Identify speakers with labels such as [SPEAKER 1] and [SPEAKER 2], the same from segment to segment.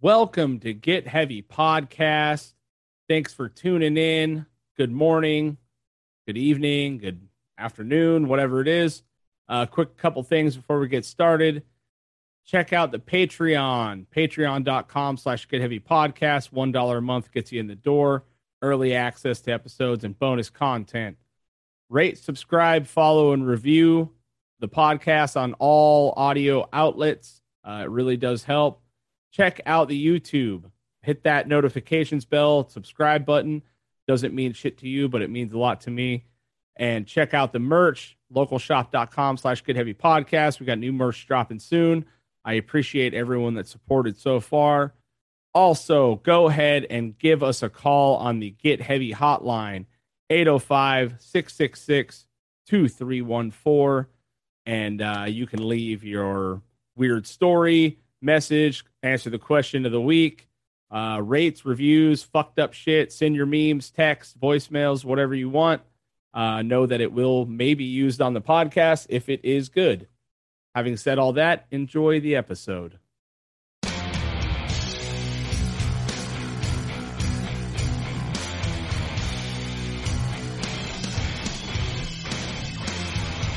[SPEAKER 1] Welcome to Get Heavy Podcast. Thanks for tuning in. Good morning, good evening, good afternoon, whatever it is. A uh, quick couple things before we get started. Check out the Patreon, patreon.com slash get heavy podcast. $1 a month gets you in the door, early access to episodes and bonus content. Rate, subscribe, follow, and review the podcast on all audio outlets. Uh, it really does help. Check out the YouTube. Hit that notifications bell, subscribe button. Doesn't mean shit to you, but it means a lot to me. And check out the merch, localshop.com slash good heavy podcast. We got new merch dropping soon. I appreciate everyone that supported so far. Also, go ahead and give us a call on the Get Heavy hotline, 805 666 2314 and uh, you can leave your weird story message answer the question of the week uh, rates reviews fucked up shit send your memes text voicemails whatever you want uh, know that it will maybe used on the podcast if it is good having said all that enjoy the episode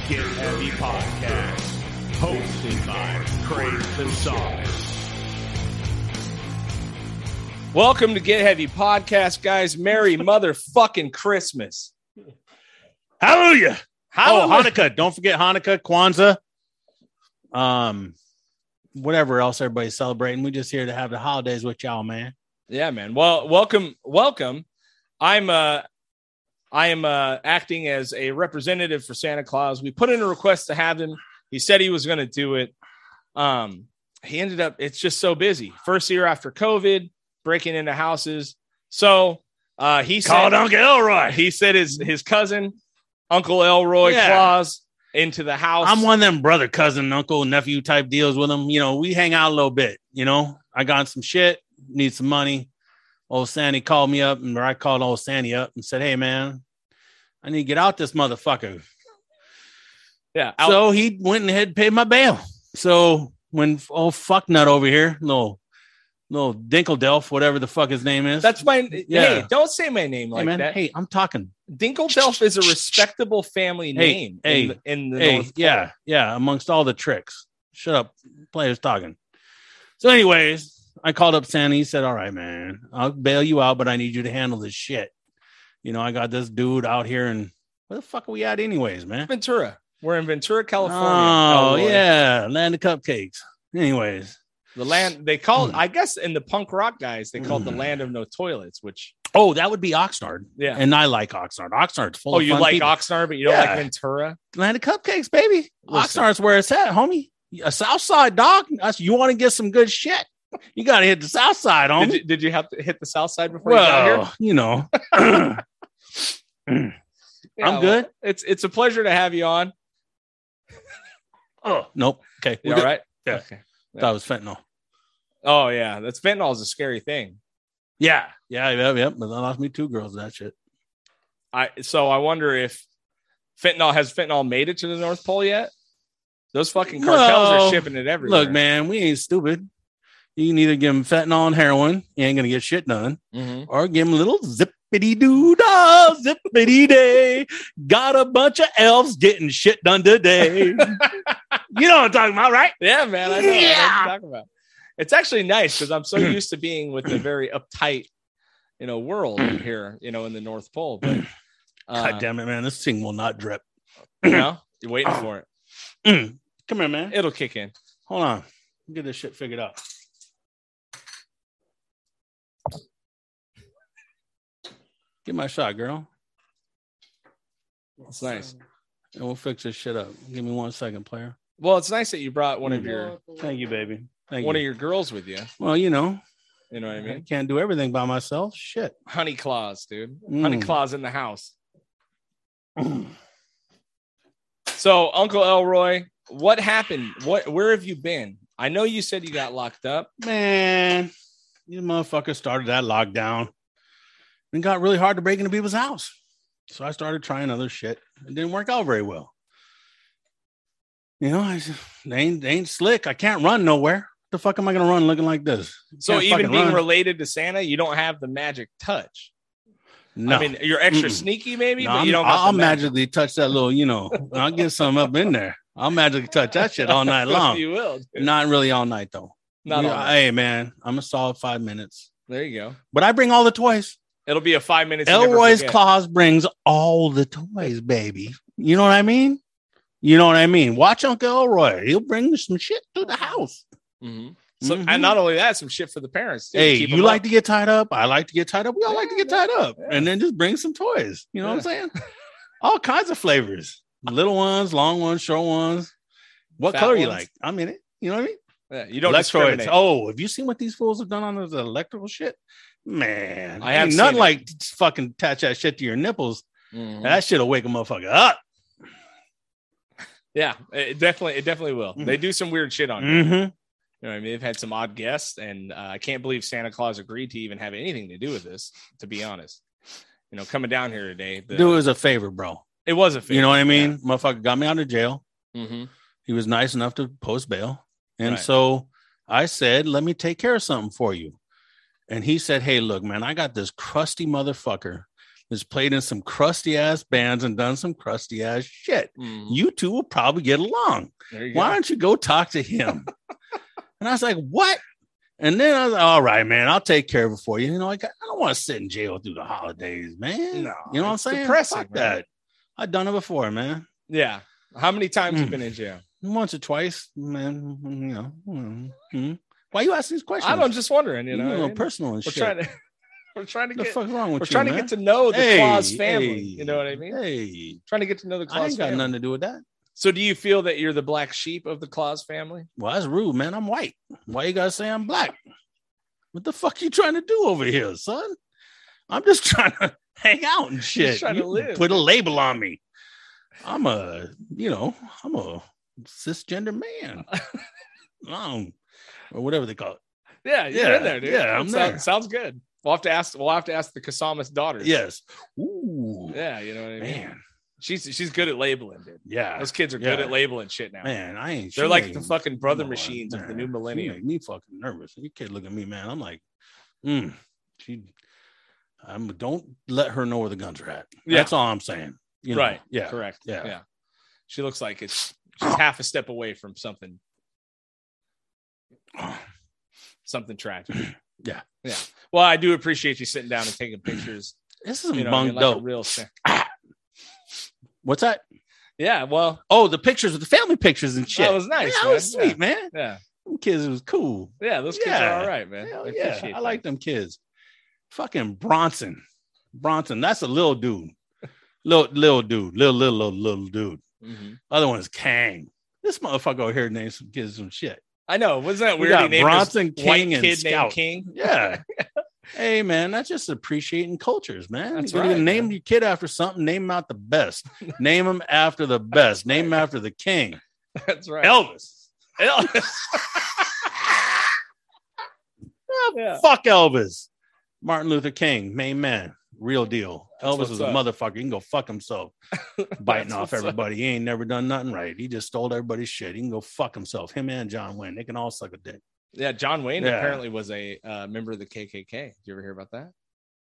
[SPEAKER 1] Get Heavy Podcast, hosted by Craig Gonzalez. Welcome to Get Heavy Podcast, guys. Merry motherfucking Christmas.
[SPEAKER 2] Hallelujah. Hallelujah. Oh, Hanukkah. Don't forget Hanukkah, Kwanzaa, um, whatever else everybody's celebrating. We're just here to have the holidays with y'all, man.
[SPEAKER 1] Yeah, man. Well, welcome, welcome. I'm uh I am uh, acting as a representative for Santa Claus. We put in a request to have him. He said he was going to do it. Um, he ended up, it's just so busy. First year after COVID, breaking into houses. So uh, he
[SPEAKER 2] called
[SPEAKER 1] said,
[SPEAKER 2] Uncle Elroy.
[SPEAKER 1] He said his, his cousin, Uncle Elroy
[SPEAKER 2] Yeah.
[SPEAKER 1] Claus, into the house.
[SPEAKER 2] I'm one of them brother, cousin, uncle, nephew type deals with them. You know, we hang out a little bit. You know, I got some shit, need some money. Old Sandy called me up, and or I called old Sandy up and said, "Hey, man, I need to get out this motherfucker."
[SPEAKER 1] yeah, out-
[SPEAKER 2] So he went ahead and paid my bail. So when old fucknut over here, little little Dinkledelf, whatever the fuck his name is,
[SPEAKER 1] that's my.
[SPEAKER 2] Yeah.
[SPEAKER 1] Hey, don't say my name
[SPEAKER 2] hey,
[SPEAKER 1] like
[SPEAKER 2] man.
[SPEAKER 1] that.
[SPEAKER 2] Hey, I'm talking.
[SPEAKER 1] Dinkeldelf is a respectable family name
[SPEAKER 2] hey,
[SPEAKER 1] in the, in the
[SPEAKER 2] hey,
[SPEAKER 1] North Pole.
[SPEAKER 2] yeah, yeah, amongst all the tricks. Shut up, players talking. So, anyways, I called up Santa. He said, All right, man, I'll bail you out, but I need you to handle this shit. You know, I got this dude out here, and where the fuck are we at, anyways, man?
[SPEAKER 1] Ventura. We're in Ventura, California.
[SPEAKER 2] Oh,
[SPEAKER 1] Elroy.
[SPEAKER 2] yeah, land of cupcakes. Anyways,
[SPEAKER 1] The land they called,
[SPEAKER 2] Mm.
[SPEAKER 1] I guess, in the punk rock guys, they called the
[SPEAKER 2] Mm.
[SPEAKER 1] land of no toilets. Which,
[SPEAKER 2] oh, that would be Oxnard,
[SPEAKER 1] yeah.
[SPEAKER 2] and I like Oxnard. Oxnard's full
[SPEAKER 1] oh,
[SPEAKER 2] of
[SPEAKER 1] you
[SPEAKER 2] fun
[SPEAKER 1] like
[SPEAKER 2] people.
[SPEAKER 1] Oxnard, but you don't
[SPEAKER 2] Yeah.
[SPEAKER 1] like Ventura.
[SPEAKER 2] land of cupcakes, baby.
[SPEAKER 1] Listen.
[SPEAKER 2] Oxnard's where it's at, homie. A South Side dog. That's, you want to get some good shit. You got to hit the South Side, homie.
[SPEAKER 1] Did you, did you have to hit the South Side before you got here?
[SPEAKER 2] Um? Well, you know,
[SPEAKER 1] Yeah, well,
[SPEAKER 2] good.
[SPEAKER 1] it's it's a pleasure to have you on.
[SPEAKER 2] oh, nope. Okay,
[SPEAKER 1] You
[SPEAKER 2] we're
[SPEAKER 1] all
[SPEAKER 2] good.
[SPEAKER 1] right?
[SPEAKER 2] Yeah.
[SPEAKER 1] Okay.
[SPEAKER 2] That was fentanyl.
[SPEAKER 1] Oh yeah, that's fentanyl is a scary thing.
[SPEAKER 2] Yeah, yeah, yeah, yeah. But that lost me two girls. That shit.
[SPEAKER 1] I so I wonder if fentanyl has fentanyl made it to the North Pole yet. Those fucking cartels
[SPEAKER 2] Well,
[SPEAKER 1] are shipping it everywhere.
[SPEAKER 2] Look, man, we ain't stupid. You can either give them fentanyl and heroin, you ain't gonna get shit done,
[SPEAKER 1] Mhm.
[SPEAKER 2] or give them a little zippity doo dah, zippity day. Got a bunch of elves getting shit done today. you know what I'm talking about, right?
[SPEAKER 1] Yeah, man. I know. I know what
[SPEAKER 2] Yeah.
[SPEAKER 1] you're talking about. It's actually nice because I'm so used to being with the very uptight, you know, world here, you know, in the North Pole. But uh,
[SPEAKER 2] Mm. God damn Oh. it, man, this thing will not drip.
[SPEAKER 1] you know, you're waiting for it.
[SPEAKER 2] Mm. Come here, man.
[SPEAKER 1] It'll kick in.
[SPEAKER 2] Hold on. Get this shit figured out. Get my shot, girl.
[SPEAKER 1] It's nice.
[SPEAKER 2] And we'll fix this shit up. Give me one second, player.
[SPEAKER 1] Well, it's nice that you brought one of your
[SPEAKER 2] Thank you, baby. Thank
[SPEAKER 1] one
[SPEAKER 2] you.
[SPEAKER 1] of your girls with you.
[SPEAKER 2] well, you know,
[SPEAKER 1] You know what I
[SPEAKER 2] I
[SPEAKER 1] mean?
[SPEAKER 2] can't do everything by myself. Shit.
[SPEAKER 1] Honey claws, dude.
[SPEAKER 2] Mm.
[SPEAKER 1] Honey claws in the house. So, Uncle Elroy, what happened? What? Where have you been? I know you said you got locked up.
[SPEAKER 2] Man, you motherfucker started that lockdown and got really hard to break into people's house. So I started trying other shit. It didn't work out very well. You know, I s- they ain't, they ain't slick. I can't run nowhere. the fuck am I gonna run looking like this?
[SPEAKER 1] So
[SPEAKER 2] Can't
[SPEAKER 1] even
[SPEAKER 2] fucking
[SPEAKER 1] being
[SPEAKER 2] run.
[SPEAKER 1] related to Santa, you don't have the magic touch.
[SPEAKER 2] no.
[SPEAKER 1] I mean, you're extra
[SPEAKER 2] Mm-mm.
[SPEAKER 1] sneaky, maybe,
[SPEAKER 2] No,
[SPEAKER 1] but you
[SPEAKER 2] I'm-
[SPEAKER 1] don't. got
[SPEAKER 2] I'll,
[SPEAKER 1] the magic.
[SPEAKER 2] magically touch that little, you know, I'll get some up in there. I'll magically touch that shit all night long.
[SPEAKER 1] you will. dude.
[SPEAKER 2] Not really all night though.
[SPEAKER 1] Not
[SPEAKER 2] You-
[SPEAKER 1] all night.
[SPEAKER 2] Hey man, I'm a solid five minutes.
[SPEAKER 1] There you go.
[SPEAKER 2] But I bring all the toys.
[SPEAKER 1] It'll be a five minutes.
[SPEAKER 2] Elroy's Claus brings all the toys, baby. You know what I mean? You know what I mean? Watch Uncle Elroy. He'll bring some shit to the house.
[SPEAKER 1] hmm So,
[SPEAKER 2] Mhm.
[SPEAKER 1] and not only that, some shit for the parents. Too,
[SPEAKER 2] hey,
[SPEAKER 1] Keep
[SPEAKER 2] you
[SPEAKER 1] 'em
[SPEAKER 2] like
[SPEAKER 1] up.
[SPEAKER 2] to get tied up. I like to get tied up. We all like to
[SPEAKER 1] Yeah,
[SPEAKER 2] get tied up.
[SPEAKER 1] yeah.
[SPEAKER 2] And then just bring some toys. You know what I'm saying? all kinds of flavors. Little ones, long ones, short ones. What
[SPEAKER 1] Fat
[SPEAKER 2] color you
[SPEAKER 1] ones.
[SPEAKER 2] like? I'm in it. You know what I mean?
[SPEAKER 1] Yeah, you don't
[SPEAKER 2] Electroids.
[SPEAKER 1] discriminate.
[SPEAKER 2] Oh, have you seen what these fools have done on those electrical shit? Man,
[SPEAKER 1] I have
[SPEAKER 2] ain't nothing
[SPEAKER 1] seen it.
[SPEAKER 2] like fucking attach that shit to your nipples.
[SPEAKER 1] Mhm.
[SPEAKER 2] That shit'll wake a motherfucker up.
[SPEAKER 1] Yeah, it definitely, it definitely will. They do some weird shit on you.
[SPEAKER 2] Mm-hmm.
[SPEAKER 1] You know, what I mean, they've had some odd guests, and uh, I can't believe Santa Claus agreed to even have anything to do with this. To be honest, you know, coming down here today, the,
[SPEAKER 2] Do us a favor, bro.
[SPEAKER 1] it was a favor.
[SPEAKER 2] You know what I mean? Motherfucker got me out of jail.
[SPEAKER 1] hmm
[SPEAKER 2] He was nice enough to post bail. And
[SPEAKER 1] Right.
[SPEAKER 2] so I said, let me take care of something for you. And he said, hey, look, man, I got this crusty motherfucker that's played in some crusty ass bands and done some crusty ass shit. You two will probably get along.
[SPEAKER 1] Mm-hmm. There you
[SPEAKER 2] Why
[SPEAKER 1] go.
[SPEAKER 2] don't you go talk to him? and I was like, what? And then I was like, all right, man, I'll take care of it for you. You know, like, I don't want to sit in jail through the holidays, man.
[SPEAKER 1] No,
[SPEAKER 2] you know what I'm
[SPEAKER 1] it's
[SPEAKER 2] saying?
[SPEAKER 1] depressing,
[SPEAKER 2] Fuck
[SPEAKER 1] man.
[SPEAKER 2] that. I've done it before, man.
[SPEAKER 1] Yeah. How many times you
[SPEAKER 2] Mm.
[SPEAKER 1] been in jail?
[SPEAKER 2] Once or twice, man. You know, mm, mm. why you asking these questions?
[SPEAKER 1] I don't just wondering. You
[SPEAKER 2] you
[SPEAKER 1] know,
[SPEAKER 2] know,
[SPEAKER 1] what I mean?
[SPEAKER 2] personal and
[SPEAKER 1] we're
[SPEAKER 2] shit.
[SPEAKER 1] trying to we're trying to
[SPEAKER 2] the
[SPEAKER 1] get
[SPEAKER 2] fuck's wrong with
[SPEAKER 1] we're
[SPEAKER 2] you?
[SPEAKER 1] trying to
[SPEAKER 2] man?
[SPEAKER 1] get to know the
[SPEAKER 2] Hey,
[SPEAKER 1] Claus family.
[SPEAKER 2] hey,
[SPEAKER 1] You know what I mean?
[SPEAKER 2] Hey,
[SPEAKER 1] Trying to get to know the
[SPEAKER 2] I
[SPEAKER 1] Claus
[SPEAKER 2] ain't got
[SPEAKER 1] family.
[SPEAKER 2] nothing to do with that.
[SPEAKER 1] So, do you feel that you're the black sheep of the Claus family?
[SPEAKER 2] Well, that's rude, man. I'm white. Why you gotta say I'm black? What the fuck you trying to do over here, son? I'm just trying to hang out and shit.
[SPEAKER 1] trying to
[SPEAKER 2] You
[SPEAKER 1] live.
[SPEAKER 2] Put a label on me. I'm a, you know, I'm a cisgender man. um, or whatever they call it.
[SPEAKER 1] Yeah, you're
[SPEAKER 2] Yeah,
[SPEAKER 1] in there, dude.
[SPEAKER 2] yeah, I'm
[SPEAKER 1] That
[SPEAKER 2] there.
[SPEAKER 1] Sounds good. We'll have to ask. We'll have to ask the Kasama's daughter.
[SPEAKER 2] Yes. Ooh.
[SPEAKER 1] yeah. You know what I mean?
[SPEAKER 2] Man.
[SPEAKER 1] She's she's good at labeling, dude.
[SPEAKER 2] Yeah.
[SPEAKER 1] Those kids are good
[SPEAKER 2] Yeah.
[SPEAKER 1] at labeling shit now.
[SPEAKER 2] Man, I ain't.
[SPEAKER 1] They're
[SPEAKER 2] she
[SPEAKER 1] like
[SPEAKER 2] ain't-
[SPEAKER 1] the fucking brother
[SPEAKER 2] you know what,
[SPEAKER 1] machines of the
[SPEAKER 2] man,
[SPEAKER 1] new
[SPEAKER 2] she
[SPEAKER 1] millennium.
[SPEAKER 2] Make me fucking nervous. Your kid look at me, man. I'm like, mm, she. I'm don't let her know where the guns are at.
[SPEAKER 1] Yeah.
[SPEAKER 2] That's all I'm saying. You know,
[SPEAKER 1] Right.
[SPEAKER 2] Yeah.
[SPEAKER 1] Correct.
[SPEAKER 2] Yeah.
[SPEAKER 1] Yeah. She looks like it's she's half a step away from something something tragic.
[SPEAKER 2] Yeah.
[SPEAKER 1] Yeah. Well, I do appreciate you sitting down and taking pictures.
[SPEAKER 2] This is some
[SPEAKER 1] You know, what I
[SPEAKER 2] bung
[SPEAKER 1] mean, like a
[SPEAKER 2] dope.
[SPEAKER 1] real sa-
[SPEAKER 2] What's that?
[SPEAKER 1] Yeah. Well,
[SPEAKER 2] Oh, the pictures, the family pictures and shit.
[SPEAKER 1] that was nice.
[SPEAKER 2] Yeah, that
[SPEAKER 1] man.
[SPEAKER 2] was sweet, man.
[SPEAKER 1] Yeah. yeah.
[SPEAKER 2] Them kids was cool.
[SPEAKER 1] Yeah, Those kids
[SPEAKER 2] Yeah.
[SPEAKER 1] are all right, man.
[SPEAKER 2] Hell
[SPEAKER 1] I
[SPEAKER 2] yeah,
[SPEAKER 1] appreciate
[SPEAKER 2] I like them kids. Fucking Bronson, Bronson. That's a little dude. little little dude. Little little little little dude.
[SPEAKER 1] that. Mhm.
[SPEAKER 2] Other one's Kang. This motherfucker over here named some kids some shit.
[SPEAKER 1] I know. Wasn't that
[SPEAKER 2] We
[SPEAKER 1] weird? He
[SPEAKER 2] got
[SPEAKER 1] named his
[SPEAKER 2] Bronson
[SPEAKER 1] white
[SPEAKER 2] King and
[SPEAKER 1] kid named
[SPEAKER 2] Scout.
[SPEAKER 1] King.
[SPEAKER 2] Yeah. hey man, that's just appreciating cultures, man.
[SPEAKER 1] That's
[SPEAKER 2] You're gonna
[SPEAKER 1] right,
[SPEAKER 2] name
[SPEAKER 1] man.
[SPEAKER 2] your kid after something. Name him out the best. name him after the best. Name him after the king.
[SPEAKER 1] That's right.
[SPEAKER 2] Elvis.
[SPEAKER 1] Elvis. yeah.
[SPEAKER 2] Ah, Fuck Elvis. Martin Luther King, main man, real deal.
[SPEAKER 1] That's
[SPEAKER 2] Elvis
[SPEAKER 1] what's
[SPEAKER 2] was a
[SPEAKER 1] up.
[SPEAKER 2] motherfucker. He can go fuck himself, biting
[SPEAKER 1] That's
[SPEAKER 2] off
[SPEAKER 1] what's up.
[SPEAKER 2] everybody. He ain't never done nothing right. He just stole everybody's shit. He can go fuck himself. Him and John Wayne, they can all suck a dick.
[SPEAKER 1] Yeah, John Wayne
[SPEAKER 2] Yeah.
[SPEAKER 1] apparently was a uh, member of the KKK. Did you ever hear about that?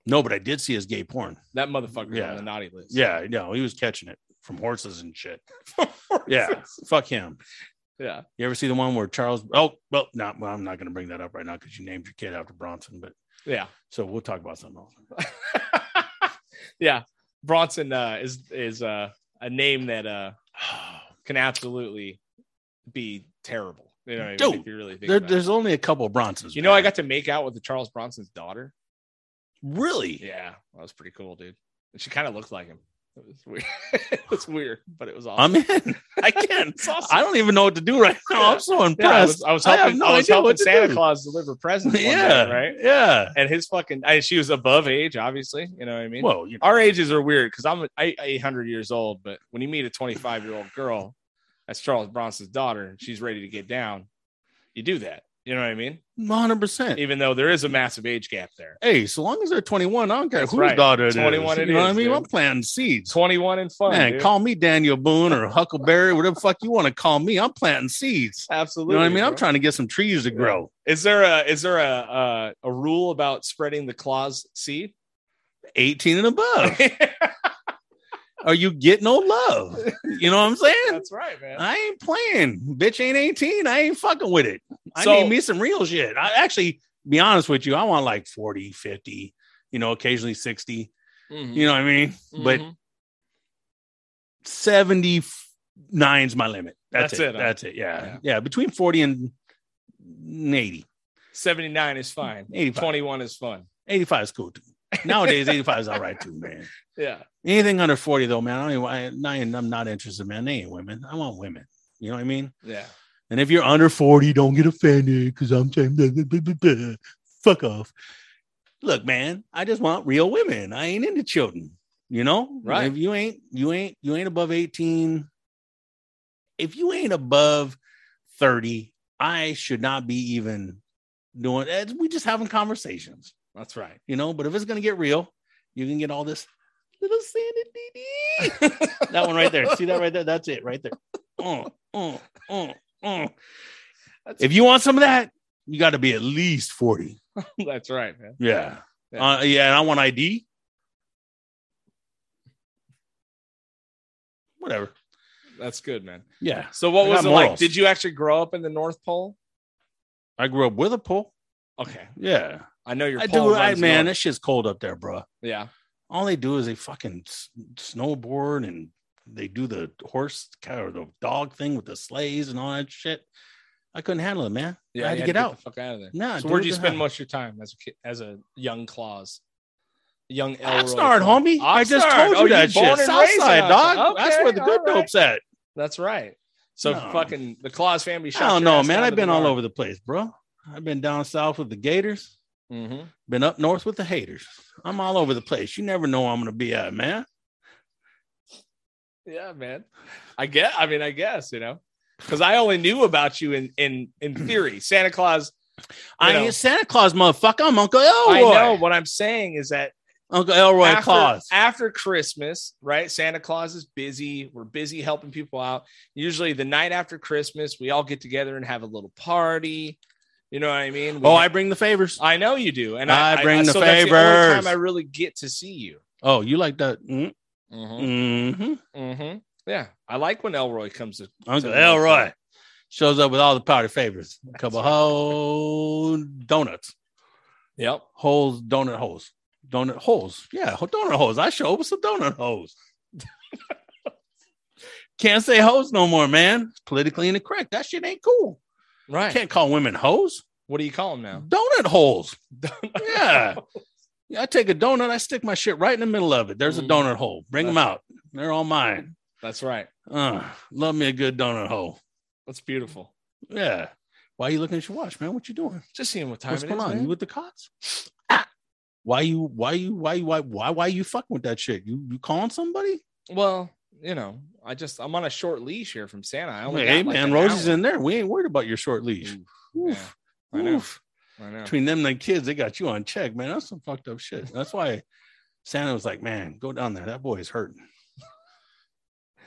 [SPEAKER 2] No, but I did see his gay porn.
[SPEAKER 1] That motherfucker's
[SPEAKER 2] Yeah.
[SPEAKER 1] on the naughty list.
[SPEAKER 2] Yeah, no, he was catching it from horses and shit. Yeah, fuck him.
[SPEAKER 1] yeah.
[SPEAKER 2] You ever see the one where Charles? Oh, well, no, well, I'm not going to bring that up right now because you named your kid after Bronson. But
[SPEAKER 1] Yeah.
[SPEAKER 2] so we'll talk about something else.
[SPEAKER 1] yeah. Bronson uh, is is uh, a name that uh, can absolutely be terrible. You know, what I mean?
[SPEAKER 2] Dude,
[SPEAKER 1] if you really think
[SPEAKER 2] There,
[SPEAKER 1] about it.
[SPEAKER 2] there's only a couple of Bronsons.
[SPEAKER 1] you know, I
[SPEAKER 2] man.
[SPEAKER 1] got to make out with the Charles Bronson's daughter.
[SPEAKER 2] really.
[SPEAKER 1] Yeah, that was pretty cool, dude. And she kind of looked like him. It was weird. it was weird, but it was awesome.
[SPEAKER 2] I'm in. I can't.
[SPEAKER 1] It's awesome.
[SPEAKER 2] I don't even know what to do right now.
[SPEAKER 1] Yeah.
[SPEAKER 2] I'm so
[SPEAKER 1] yeah, I
[SPEAKER 2] impressed.
[SPEAKER 1] was, I was
[SPEAKER 2] I have
[SPEAKER 1] helping, I
[SPEAKER 2] no
[SPEAKER 1] was
[SPEAKER 2] idea
[SPEAKER 1] helping
[SPEAKER 2] what to
[SPEAKER 1] Santa
[SPEAKER 2] do.
[SPEAKER 1] Claus deliver presents. one day,
[SPEAKER 2] yeah.
[SPEAKER 1] right.
[SPEAKER 2] Yeah.
[SPEAKER 1] And his fucking, I, she was above age, obviously. You know what I mean?
[SPEAKER 2] Well, you
[SPEAKER 1] our ages are weird because I'm I, 800 years old, but when you meet a 25 year old girl, that's Charles Bronson's daughter, and she's ready to get down, you do that. You know what I mean?
[SPEAKER 2] 100%.
[SPEAKER 1] Even though there is a massive age gap there.
[SPEAKER 2] Hey, so long as they're 21, I don't care
[SPEAKER 1] That's
[SPEAKER 2] whose
[SPEAKER 1] right.
[SPEAKER 2] daughter it is.
[SPEAKER 1] 21
[SPEAKER 2] You
[SPEAKER 1] it
[SPEAKER 2] know what I
[SPEAKER 1] is,
[SPEAKER 2] mean?
[SPEAKER 1] dude.
[SPEAKER 2] I'm planting seeds.
[SPEAKER 1] 21 and fun.
[SPEAKER 2] Man,
[SPEAKER 1] dude.
[SPEAKER 2] call me Daniel Boone or Huckleberry, whatever the fuck you want to call me. I'm planting seeds. You
[SPEAKER 1] Absolutely.
[SPEAKER 2] know what I mean? I'm
[SPEAKER 1] bro.
[SPEAKER 2] trying to get some trees to
[SPEAKER 1] Yeah.
[SPEAKER 2] grow.
[SPEAKER 1] Is there a is there a a, a rule about spreading the claws seed?
[SPEAKER 2] 18 and above.
[SPEAKER 1] That's
[SPEAKER 2] Are you getting no love? You know what I'm saying?
[SPEAKER 1] right, man.
[SPEAKER 2] I ain't playing. Bitch ain't 18. I ain't fucking with it. I
[SPEAKER 1] So-
[SPEAKER 2] need me some real shit. I actually, be honest with you, I want like 40, 50, you know, occasionally 60. You know what I mean? But
[SPEAKER 1] Mhm.
[SPEAKER 2] 79 is my limit. That's,
[SPEAKER 1] That's
[SPEAKER 2] it.
[SPEAKER 1] it, huh?
[SPEAKER 2] That's it. Yeah. yeah.
[SPEAKER 1] Yeah.
[SPEAKER 2] Between 40 and 80.
[SPEAKER 1] 79 is fine.
[SPEAKER 2] 85.
[SPEAKER 1] 21 is fun.
[SPEAKER 2] 85 is cool too. Nowadays, 85 is all right too, man.
[SPEAKER 1] Yeah.
[SPEAKER 2] Anything under 40 though, man. I don't even, I, I, I'm not interested, man. They ain't women. I want women. You know what I mean?
[SPEAKER 1] Yeah.
[SPEAKER 2] And if you're under 40, don't get offended because I'm saying blah, blah, blah, blah, blah. fuck off. Look, man, I just want real women. I ain't into children, you know?
[SPEAKER 1] Right.
[SPEAKER 2] If you ain't, you ain't, you ain't above 18. If you ain't above 30, I should not be even doing it. We just having conversations,
[SPEAKER 1] That's right.
[SPEAKER 2] you know? But if it's gonna get real, you can get all this little sanity. that one right there. See that right there? That's it right there. Mm, mm, mm, mm.
[SPEAKER 1] That's-
[SPEAKER 2] If you want some of that, you got to be at least 40.
[SPEAKER 1] That's right, man.
[SPEAKER 2] Yeah.
[SPEAKER 1] Yeah.
[SPEAKER 2] Uh, yeah. And I want ID. Whatever.
[SPEAKER 1] That's good, man.
[SPEAKER 2] Yeah.
[SPEAKER 1] So what
[SPEAKER 2] I
[SPEAKER 1] was
[SPEAKER 2] got
[SPEAKER 1] it like?
[SPEAKER 2] morals.
[SPEAKER 1] Did you actually grow up in the North Pole?
[SPEAKER 2] I grew up with a pole.
[SPEAKER 1] Okay.
[SPEAKER 2] Yeah.
[SPEAKER 1] I know your
[SPEAKER 2] I
[SPEAKER 1] pole
[SPEAKER 2] do. I,
[SPEAKER 1] runs north.
[SPEAKER 2] man, that shit's cold up there, bro.
[SPEAKER 1] Yeah.
[SPEAKER 2] All they do is they fucking s- snowboard and they do the horse or the dog thing with the sleighs and all that shit. I couldn't handle it, man.
[SPEAKER 1] Yeah.
[SPEAKER 2] I had
[SPEAKER 1] you
[SPEAKER 2] to get out.
[SPEAKER 1] The fuck out of there.
[SPEAKER 2] Nah,
[SPEAKER 1] so
[SPEAKER 2] dude,
[SPEAKER 1] where'd you
[SPEAKER 2] what the
[SPEAKER 1] spend
[SPEAKER 2] hell?
[SPEAKER 1] most of your time as a kid, as a young Claus? Young Elroy.
[SPEAKER 2] Oxnard,
[SPEAKER 1] Claus?
[SPEAKER 2] homie. I just
[SPEAKER 1] Oxnard.
[SPEAKER 2] told you
[SPEAKER 1] Oh,
[SPEAKER 2] that
[SPEAKER 1] born
[SPEAKER 2] shit.
[SPEAKER 1] and raised
[SPEAKER 2] Southside,
[SPEAKER 1] out
[SPEAKER 2] dog.
[SPEAKER 1] there.
[SPEAKER 2] That's
[SPEAKER 1] Okay,
[SPEAKER 2] where the good
[SPEAKER 1] all right.
[SPEAKER 2] dope's at.
[SPEAKER 1] That's right. So
[SPEAKER 2] No.
[SPEAKER 1] fucking the Claus family.
[SPEAKER 2] I don't know, man. I've been all over the place, bro. I've been down south with the Gators,
[SPEAKER 1] Mm-hmm.
[SPEAKER 2] been up north with the haters. I'm all over the place. You never know where I'm gonna be at, man.
[SPEAKER 1] Yeah, man. I get. I mean, I guess you know, because I only knew about you in in in theory. Santa Claus.
[SPEAKER 2] I
[SPEAKER 1] know.
[SPEAKER 2] ain't Santa Claus, motherfucker. I'm Uncle Elroy.
[SPEAKER 1] I know what I'm saying is that
[SPEAKER 2] Uncle Elroy
[SPEAKER 1] after,
[SPEAKER 2] Claus.
[SPEAKER 1] after Christmas, right? Santa Claus is busy. We're busy helping people out. Usually, the night after Christmas, we all get together and have a little party. You know what I mean? We- Uh,
[SPEAKER 2] oh, I bring the favors.
[SPEAKER 1] I know you do, and
[SPEAKER 2] I bring the
[SPEAKER 1] so that's the only
[SPEAKER 2] favors.
[SPEAKER 1] time I really get to see you.
[SPEAKER 2] Oh, you like that? Mm, hmm
[SPEAKER 1] Mm-hmm. Yeah, I like when Elroy comes to
[SPEAKER 2] Uncle
[SPEAKER 1] Something like
[SPEAKER 2] Elroy
[SPEAKER 1] that.
[SPEAKER 2] shows up with all the party favors. A couple
[SPEAKER 1] right.
[SPEAKER 2] whole donuts.
[SPEAKER 1] Yep.
[SPEAKER 2] holes, donut holes, donut holes. Yeah, ho- donut holes. I show up with some donut holes. Can't say hoes no more, man. It's politically incorrect. That shit ain't cool.
[SPEAKER 1] Right.
[SPEAKER 2] Can't call women hoes.
[SPEAKER 1] What do you call him now?
[SPEAKER 2] Donut holes. Yeah. Yeah, I take a donut, I stick my shit right in the middle of it. There's a
[SPEAKER 1] Mhm.
[SPEAKER 2] donut hole. Bring them
[SPEAKER 1] That's-
[SPEAKER 2] out. They're all mine.
[SPEAKER 1] That's right.
[SPEAKER 2] Uh, love me a good donut hole.
[SPEAKER 1] That's beautiful.
[SPEAKER 2] Yeah. Why are you looking at your watch, man? What you doing?
[SPEAKER 1] Just seeing what time
[SPEAKER 2] What's
[SPEAKER 1] it
[SPEAKER 2] going
[SPEAKER 1] is,
[SPEAKER 2] on?
[SPEAKER 1] man.
[SPEAKER 2] You with the cops? Ah. Why you? Why you? Why you? Why? Why? Why you fucking with that shit? You you calling somebody?
[SPEAKER 1] Well, you know, I just I'm on a short leash here from Santa. I only
[SPEAKER 2] hey
[SPEAKER 1] got, like,
[SPEAKER 2] man,
[SPEAKER 1] an
[SPEAKER 2] Rosie's
[SPEAKER 1] hour.
[SPEAKER 2] in there. We ain't worried about your short leash.
[SPEAKER 1] Oof,
[SPEAKER 2] Oof,
[SPEAKER 1] yeah, I know.
[SPEAKER 2] oof.
[SPEAKER 1] I know.
[SPEAKER 2] Between them and the kids, they got you on check, man. That's some fucked up shit. That's why Santa was like, man, go down there. That boy is hurting.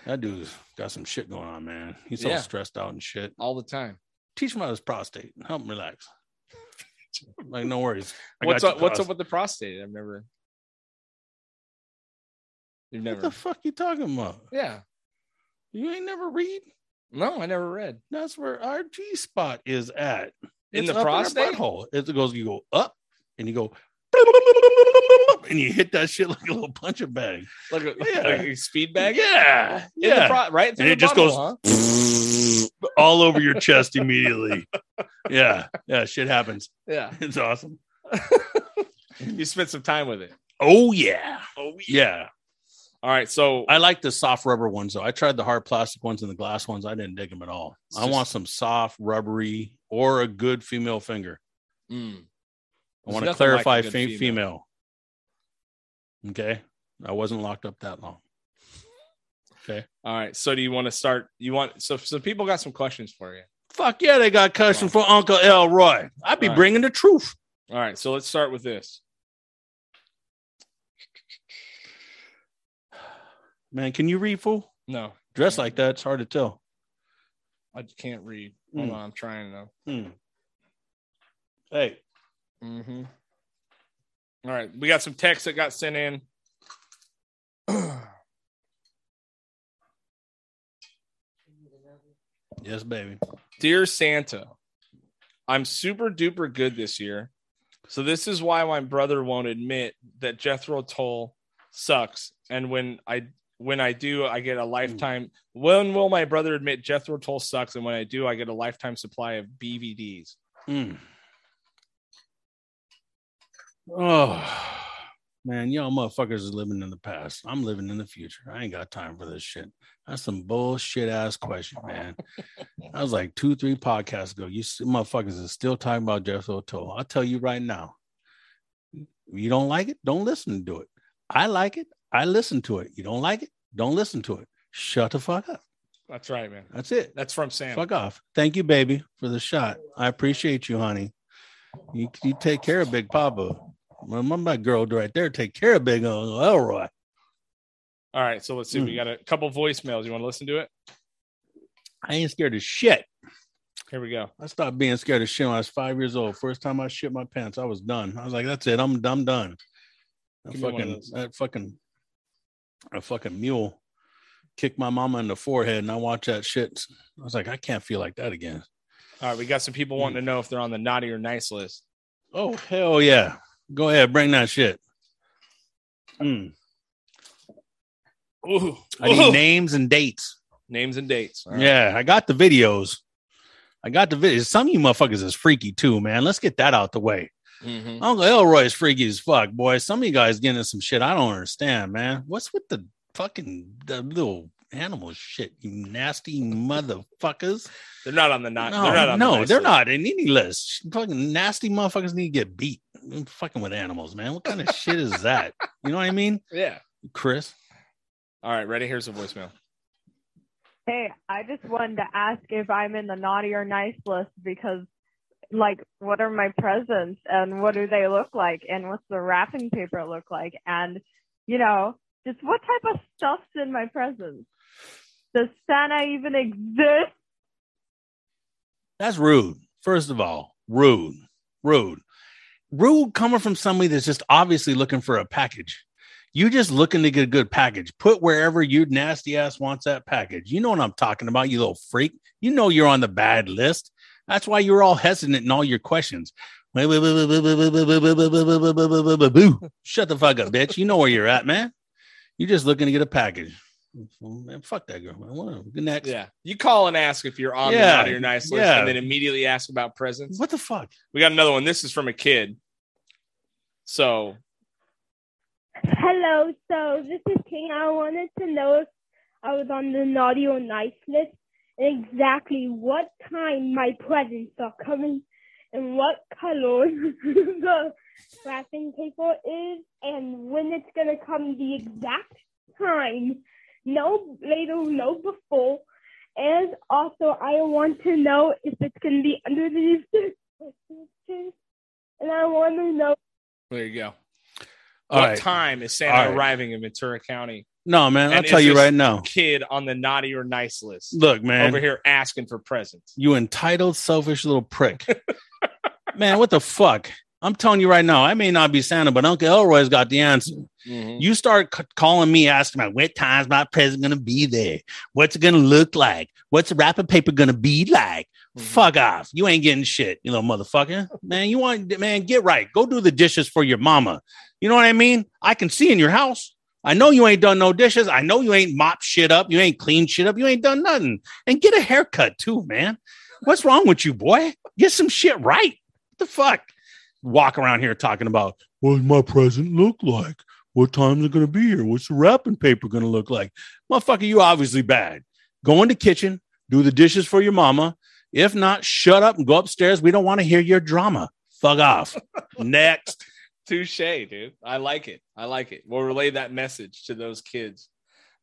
[SPEAKER 2] That dude's got some shit going on, man. He's so
[SPEAKER 1] Yeah.
[SPEAKER 2] stressed out and shit.
[SPEAKER 1] all the time.
[SPEAKER 2] Teach him about his prostate. Help him relax. like, no worries. I
[SPEAKER 1] What's
[SPEAKER 2] got
[SPEAKER 1] up?
[SPEAKER 2] you,
[SPEAKER 1] What's
[SPEAKER 2] Cos.
[SPEAKER 1] up with the prostate? I've never. You've
[SPEAKER 2] What
[SPEAKER 1] never.
[SPEAKER 2] the fuck you talking about?
[SPEAKER 1] yeah.
[SPEAKER 2] You ain't never read.
[SPEAKER 1] No, I never read.
[SPEAKER 2] That's where our G spot is at.
[SPEAKER 1] In
[SPEAKER 2] It's
[SPEAKER 1] the
[SPEAKER 2] up our
[SPEAKER 1] prostate?
[SPEAKER 2] butthole. It goes, you go up and you go, and you hit that shit like a little puncher bag.
[SPEAKER 1] Like a,
[SPEAKER 2] Yeah.
[SPEAKER 1] like a speed bag.
[SPEAKER 2] Yeah.
[SPEAKER 1] In the
[SPEAKER 2] Yeah.
[SPEAKER 1] pro- right. through
[SPEAKER 2] and
[SPEAKER 1] the
[SPEAKER 2] it just
[SPEAKER 1] butthole,
[SPEAKER 2] goes
[SPEAKER 1] huh?
[SPEAKER 2] all over your chest immediately. yeah. Yeah. Shit happens.
[SPEAKER 1] Yeah.
[SPEAKER 2] It's awesome.
[SPEAKER 1] You spent some time with it.
[SPEAKER 2] Oh, yeah. Oh, yeah.
[SPEAKER 1] All right. So
[SPEAKER 2] I like the soft rubber ones, though. I tried the hard plastic ones and the glass ones. I didn't dig them at all.
[SPEAKER 1] It's
[SPEAKER 2] I
[SPEAKER 1] just-
[SPEAKER 2] want some soft, rubbery, or a good female finger.
[SPEAKER 1] Mm.
[SPEAKER 2] I
[SPEAKER 1] There's
[SPEAKER 2] want
[SPEAKER 1] nothing
[SPEAKER 2] to
[SPEAKER 1] like a
[SPEAKER 2] clarify
[SPEAKER 1] good
[SPEAKER 2] fe- female. Okay. I wasn't locked up that long.
[SPEAKER 1] All right. So do you want to start? You want so so people got some questions for you.
[SPEAKER 2] Fuck yeah, they got custom for Uncle Elroy. I'd be
[SPEAKER 1] Right.
[SPEAKER 2] bringing the truth.
[SPEAKER 1] All right, so let's start with this.
[SPEAKER 2] Man, can you read, fool?
[SPEAKER 1] No,
[SPEAKER 2] Dress like
[SPEAKER 1] Mm-hmm.
[SPEAKER 2] that, it's hard to tell.
[SPEAKER 1] I can't read. Hold
[SPEAKER 2] Mm.
[SPEAKER 1] on, I'm trying to.
[SPEAKER 2] Hmm. Hey,
[SPEAKER 1] Mm-hmm. All right, we got some text that got sent in.
[SPEAKER 2] yes, baby.
[SPEAKER 1] Dear Santa, I'm super duper good this year. So this is why my brother won't admit that Jethro Toll sucks. And when I when I do, I get a lifetime. When will my brother admit Jethro Toll sucks? And when I do, I get a lifetime supply of BVDs.
[SPEAKER 2] Hmm. Oh man, y'all motherfuckers are living in the past. I'm living in the future. I ain't got time for this shit. That's some bullshit ass question, man. I was like two, three podcasts ago. You s- motherfuckers are still talking about Jethro Tull. I'll tell you right now. You don't like it? Don't listen to it. I like it. I listen to it. You don't like it? Don't listen to it. Shut the fuck up.
[SPEAKER 1] That's right, man.
[SPEAKER 2] That's it.
[SPEAKER 1] That's from Santa.
[SPEAKER 2] Fuck off. Thank you, baby, for the shot. I appreciate you, honey. You, you take care of Big Papa. My, my, my girl right there, take care of Big Uncle Elroy.
[SPEAKER 1] All right, so let's see. We
[SPEAKER 2] Mm.
[SPEAKER 1] got a couple voicemails. You want to listen to it?
[SPEAKER 2] I ain't scared of shit.
[SPEAKER 1] Here we go.
[SPEAKER 2] I stopped being scared of shit when I was five years old. First time I shit my pants, I was done. I was like, that's it. I'm dumb done. That
[SPEAKER 1] Give me one of
[SPEAKER 2] fucking,
[SPEAKER 1] those.
[SPEAKER 2] that fucking, a fucking mule kicked my mama in the forehead and I watched that shit. I was like, I can't feel like that again.
[SPEAKER 1] All right, we got some people
[SPEAKER 2] Mm.
[SPEAKER 1] wanting to know if they're on the naughty or nice list.
[SPEAKER 2] Oh hell yeah! Go ahead, bring that shit. Mm.
[SPEAKER 1] Ooh,
[SPEAKER 2] I need
[SPEAKER 1] Ooh.
[SPEAKER 2] names and dates.
[SPEAKER 1] names and dates. All right.
[SPEAKER 2] Yeah, I got the videos. I got the videos. Some of you motherfuckers is freaky too, man. Let's get that out the way.
[SPEAKER 1] Mhm.
[SPEAKER 2] Uncle Elroy is freaky as fuck, boy. Some of you guys getting into some shit I don't understand, man. What's with the fucking the little animal shit? You nasty motherfuckers.
[SPEAKER 1] They're not on the not.
[SPEAKER 2] no,
[SPEAKER 1] they're not on the
[SPEAKER 2] no,
[SPEAKER 1] nice
[SPEAKER 2] they're
[SPEAKER 1] list.
[SPEAKER 2] not in any list. Fucking nasty motherfuckers need to get beat. I'm fucking with animals, man. What kind of shit is that? You know what I mean,
[SPEAKER 1] Yeah.
[SPEAKER 2] Chris?
[SPEAKER 1] All right, ready? Here's a voicemail.
[SPEAKER 3] Hey, I just wanted to ask if I'm in the naughty or nice list because, like, what are my presents and what do they look like and what's the wrapping paper look like and, you know, just what type of stuff's in my presents? Does Santa even exist?
[SPEAKER 2] That's rude. First of all, rude, rude, rude. Coming from somebody that's just obviously looking for a package. You just looking to get a good package. Put wherever your nasty ass wants that package. You know what I'm talking about, you little freak. You know you're on the bad list. That's why you're all hesitant in all your questions. Shut the fuck up, bitch. You know where you're at, man. You're just looking to get a package. Man, fuck that girl. Man. Whatever. Next.
[SPEAKER 1] Yeah. You call and ask if you're on
[SPEAKER 2] Yeah.
[SPEAKER 1] the naughty or nice list,
[SPEAKER 2] Yeah.
[SPEAKER 1] and then immediately ask about presents.
[SPEAKER 2] What the fuck?
[SPEAKER 1] We got another one. This is from a kid. So
[SPEAKER 4] Hello, so this is King. I wanted to know if I was on the naughty or nice list and exactly what time my presents are coming and what color the wrapping paper is and when it's going to come the exact time. No later, no before. And also, I want to know if it's going to be underneath the And I want to know
[SPEAKER 1] there you go.
[SPEAKER 2] All
[SPEAKER 1] what
[SPEAKER 2] right.
[SPEAKER 1] time is Santa
[SPEAKER 2] All right.
[SPEAKER 1] arriving in Ventura County?
[SPEAKER 2] No, man.
[SPEAKER 1] And
[SPEAKER 2] I'll
[SPEAKER 1] is
[SPEAKER 2] tell you
[SPEAKER 1] this-
[SPEAKER 2] right now.
[SPEAKER 1] Kid on the naughty or nice list
[SPEAKER 2] Look, man.
[SPEAKER 1] over here asking for presents.
[SPEAKER 2] You entitled, selfish little prick. man, what the fuck? I'm telling you right now, I may not be Santa, but Uncle Elroy's got the answer.
[SPEAKER 1] Mm-hmm.
[SPEAKER 2] You start c- calling me, asking me, what time's my present going to be there? What's it going to look like? What's the wrapping paper going to be like?
[SPEAKER 1] Mhm.
[SPEAKER 2] Fuck off. You ain't getting shit, you little motherfucker. Man, you want, man, get right. Go do the dishes for your mama. You know what I mean? I can see in your house. I know you ain't done no dishes. I know you ain't mopped shit up. You ain't cleaned shit up. You ain't done nothing. And get a haircut too, man. What's wrong with you, boy? Get some shit right. What the fuck? Walk around here talking about what's my present look like? What time's it gonna be here? What's the wrapping paper gonna look like? Motherfucker, you obviously bad. Go in the kitchen, do the dishes for your mama. If not, shut up and go upstairs. We don't want to hear your drama. Fuck off. Next.
[SPEAKER 1] Touche, dude. I like it. I like it. We'll relay that message to those kids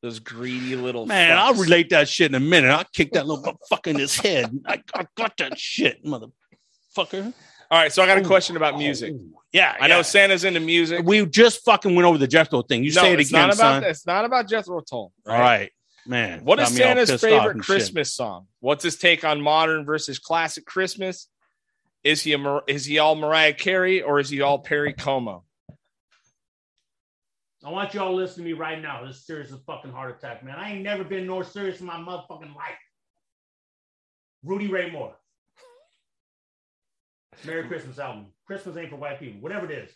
[SPEAKER 1] Those greedy little
[SPEAKER 2] Man, I'll
[SPEAKER 1] fucks.
[SPEAKER 2] relate that shit in a minute. I'll kick that little fuck in his head. I, I got that shit, motherfucker.
[SPEAKER 1] All right, so I got a question about music.
[SPEAKER 2] Yeah,
[SPEAKER 1] I know
[SPEAKER 2] yeah.
[SPEAKER 1] Santa's into music.
[SPEAKER 2] We just fucking went over the Jethro thing. You
[SPEAKER 1] no,
[SPEAKER 2] say it
[SPEAKER 1] it's
[SPEAKER 2] again,
[SPEAKER 1] not about
[SPEAKER 2] son.
[SPEAKER 1] that. It's not about Jethro Tull.
[SPEAKER 2] All right, man.
[SPEAKER 1] What
[SPEAKER 2] got
[SPEAKER 1] is
[SPEAKER 2] me all
[SPEAKER 1] Santa's
[SPEAKER 2] pissed off
[SPEAKER 1] favorite
[SPEAKER 2] and shit.
[SPEAKER 1] Christmas song? What's his take on modern versus classic Christmas? Is he a Mar- is he all Mariah Carey or is he all Perry Como?
[SPEAKER 5] I want y'all to listen to me right now. This is serious as a fucking heart attack, man. I ain't never been more serious in my motherfucking life. Rudy Ray Moore. Merry Christmas album. Christmas ain't for white people. Whatever it is,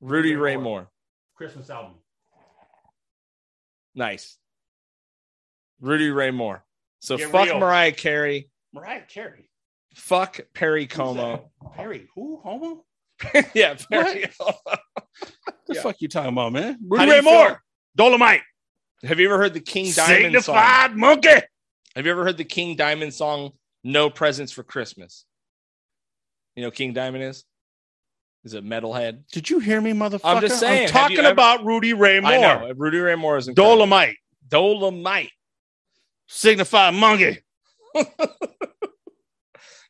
[SPEAKER 1] Rudy Ray Moore.
[SPEAKER 5] Christmas album.
[SPEAKER 1] Nice. Rudy Ray Moore. So
[SPEAKER 5] Get
[SPEAKER 1] fuck
[SPEAKER 5] real.
[SPEAKER 1] Mariah Carey.
[SPEAKER 5] Mariah Carey.
[SPEAKER 1] Fuck Perry
[SPEAKER 5] Who's
[SPEAKER 1] Como.
[SPEAKER 5] that? Perry. Who? Homo?
[SPEAKER 1] yeah, Perry.
[SPEAKER 2] The
[SPEAKER 1] Yeah.
[SPEAKER 2] fuck you talking about, man?
[SPEAKER 1] How
[SPEAKER 2] Rudy
[SPEAKER 1] do
[SPEAKER 2] Ray
[SPEAKER 1] you feel-
[SPEAKER 2] Moore, Dolomite,
[SPEAKER 1] Have you ever heard the King Diamond song?
[SPEAKER 2] Signified Monkey.
[SPEAKER 1] Have you ever heard the King Diamond song "No Presents for Christmas"? You know, King Diamond is is a metalhead.
[SPEAKER 2] Did you hear me, motherfucker?
[SPEAKER 1] I'm just saying,
[SPEAKER 2] I'm
[SPEAKER 1] have you
[SPEAKER 2] talking
[SPEAKER 1] ever-
[SPEAKER 2] about Rudy Ray
[SPEAKER 1] I
[SPEAKER 2] Moore,
[SPEAKER 1] know Rudy Ray Moore is incredible.
[SPEAKER 2] Dolomite,
[SPEAKER 1] Dolomite.
[SPEAKER 2] Signified Monkey.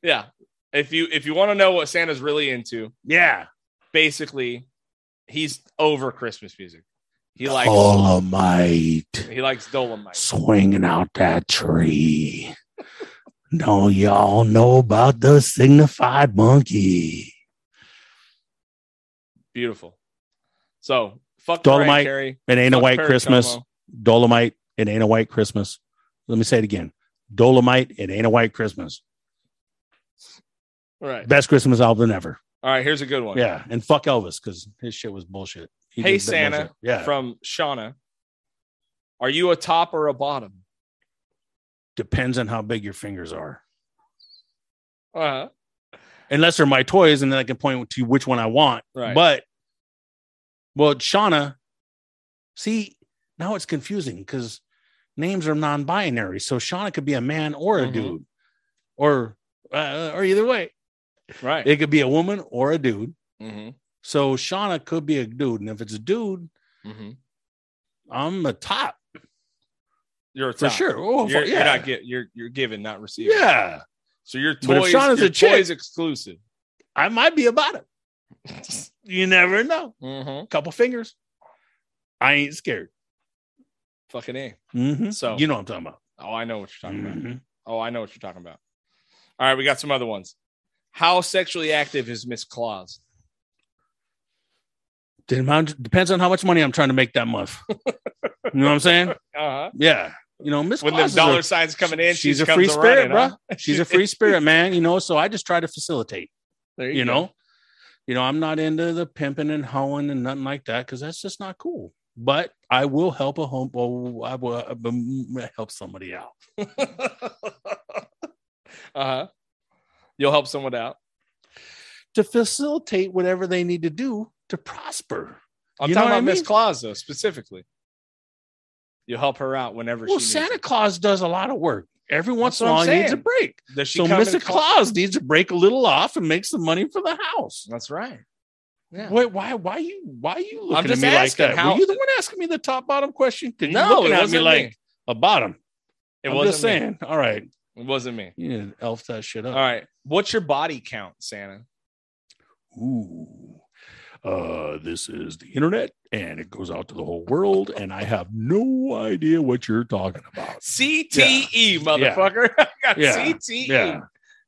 [SPEAKER 1] Yeah. If you if you want to know what Santa's really into,
[SPEAKER 2] Yeah,
[SPEAKER 1] basically, he's over Christmas music. He likes
[SPEAKER 2] Oh. Dolomite,
[SPEAKER 1] he likes Dolomite.
[SPEAKER 2] swinging out that tree. No, y'all know about the Signified Monkey.
[SPEAKER 1] Beautiful. So fuck
[SPEAKER 2] Dolomite.
[SPEAKER 1] Dolomite. Carey,
[SPEAKER 2] It ain't a
[SPEAKER 1] fuck
[SPEAKER 2] white
[SPEAKER 1] Perry
[SPEAKER 2] Christmas.
[SPEAKER 1] Como.
[SPEAKER 2] Dolomite, it ain't a white Christmas. Let me say it again. Dolomite, it ain't a white Christmas.
[SPEAKER 1] Right.
[SPEAKER 2] Best Christmas album ever.
[SPEAKER 1] All right. Here's a good one.
[SPEAKER 2] Yeah. And fuck Elvis because his shit was bullshit. He
[SPEAKER 1] Oh, Hey,
[SPEAKER 2] did bullshit.
[SPEAKER 1] Santa.
[SPEAKER 2] Yeah.
[SPEAKER 1] From Shauna. Are you a top or a bottom?
[SPEAKER 2] Depends on how big your fingers are.
[SPEAKER 1] Uh-huh.
[SPEAKER 2] Unless they're my toys, and then I can point to which one I want.
[SPEAKER 1] Right.
[SPEAKER 2] But, well, Shauna, see, now it's confusing because names are non binary. So Shauna could be a man or a
[SPEAKER 1] Mhm.
[SPEAKER 2] dude or, uh, or either way.
[SPEAKER 1] Right.
[SPEAKER 2] It could be a woman or a dude.
[SPEAKER 1] mm-hmm.
[SPEAKER 2] So Shauna could be a dude, and if it's a dude,
[SPEAKER 1] Mm-hmm.
[SPEAKER 2] I'm a top
[SPEAKER 1] You're a
[SPEAKER 2] for
[SPEAKER 1] top.
[SPEAKER 2] sure. Oh,
[SPEAKER 1] You're,
[SPEAKER 2] for-
[SPEAKER 1] you're
[SPEAKER 2] yeah,
[SPEAKER 1] not get you're you're giving, not receiving.
[SPEAKER 2] yeah.
[SPEAKER 1] So your
[SPEAKER 2] But if
[SPEAKER 1] toys,
[SPEAKER 2] Shauna's
[SPEAKER 1] your
[SPEAKER 2] a chick-
[SPEAKER 1] toys exclusive.
[SPEAKER 2] I might be about it. You never know.
[SPEAKER 1] Mm-hmm.
[SPEAKER 2] A couple fingers. I ain't scared.
[SPEAKER 1] Fucking a.
[SPEAKER 2] Mhm.
[SPEAKER 1] So
[SPEAKER 2] You know what I'm talking about.
[SPEAKER 1] Oh, I know what you're talking about.
[SPEAKER 2] Mhm.
[SPEAKER 1] Oh, I know what you're talking about. All right, we got some other ones. How sexually active is Miss Claus?
[SPEAKER 2] The amount- Depends on how much money I'm trying to make that month. you know what I'm saying?
[SPEAKER 1] Uh-huh.
[SPEAKER 2] Yeah. You know, Miss
[SPEAKER 1] When the
[SPEAKER 2] Claus is
[SPEAKER 1] dollar
[SPEAKER 2] a-
[SPEAKER 1] signs coming in,
[SPEAKER 2] she's
[SPEAKER 1] she
[SPEAKER 2] a
[SPEAKER 1] comes uh,
[SPEAKER 2] free
[SPEAKER 1] a
[SPEAKER 2] spirit,
[SPEAKER 1] running,
[SPEAKER 2] bro.
[SPEAKER 1] huh?
[SPEAKER 2] She's a free spirit, man. You know, so I just try to facilitate.
[SPEAKER 1] There
[SPEAKER 2] You
[SPEAKER 1] go.
[SPEAKER 2] know, you know, I'm not into the pimping and hoeing and nothing like that because that's just not cool. But I will help a home. Well, I will uh, um, help somebody out.
[SPEAKER 1] uh-huh. You'll help someone out.
[SPEAKER 2] to facilitate whatever they need to do to prosper.
[SPEAKER 1] I'm
[SPEAKER 2] You know
[SPEAKER 1] talking about
[SPEAKER 2] what I
[SPEAKER 1] Miss
[SPEAKER 2] mean?
[SPEAKER 1] Claus though, specifically. You'll help her out whenever
[SPEAKER 2] Well,
[SPEAKER 1] she
[SPEAKER 2] Santa
[SPEAKER 1] needs
[SPEAKER 2] Claus does a lot of work. Every once in
[SPEAKER 1] what
[SPEAKER 2] a
[SPEAKER 1] I'm
[SPEAKER 2] while, he needs a
[SPEAKER 1] saying.
[SPEAKER 2] break.
[SPEAKER 1] it. Does she
[SPEAKER 2] so
[SPEAKER 1] come in
[SPEAKER 2] Mr. Claus needs to break a little off and make some money for the house.
[SPEAKER 1] That's right. Yeah.
[SPEAKER 2] Wait, why? Why you? Why you looking
[SPEAKER 1] just
[SPEAKER 2] at me like
[SPEAKER 1] asking
[SPEAKER 2] that?
[SPEAKER 1] how-
[SPEAKER 2] Were you the one asking me the top bottom question? 'Cause you're
[SPEAKER 1] No,
[SPEAKER 2] looking
[SPEAKER 1] it
[SPEAKER 2] at me
[SPEAKER 1] wasn't
[SPEAKER 2] like
[SPEAKER 1] me.
[SPEAKER 2] a bottom.
[SPEAKER 1] It
[SPEAKER 2] I'm
[SPEAKER 1] wasn't
[SPEAKER 2] just
[SPEAKER 1] me.
[SPEAKER 2] saying. All right,
[SPEAKER 1] It wasn't me.
[SPEAKER 2] you need to elf that shit up.
[SPEAKER 1] All right. What's your body count, Santa?
[SPEAKER 2] ooh, uh, this is the internet and it goes out to the whole world, and I have no idea what you're talking about.
[SPEAKER 1] CTE, E, motherfucker. I got
[SPEAKER 2] Yeah.
[SPEAKER 1] CTE.
[SPEAKER 2] Yeah.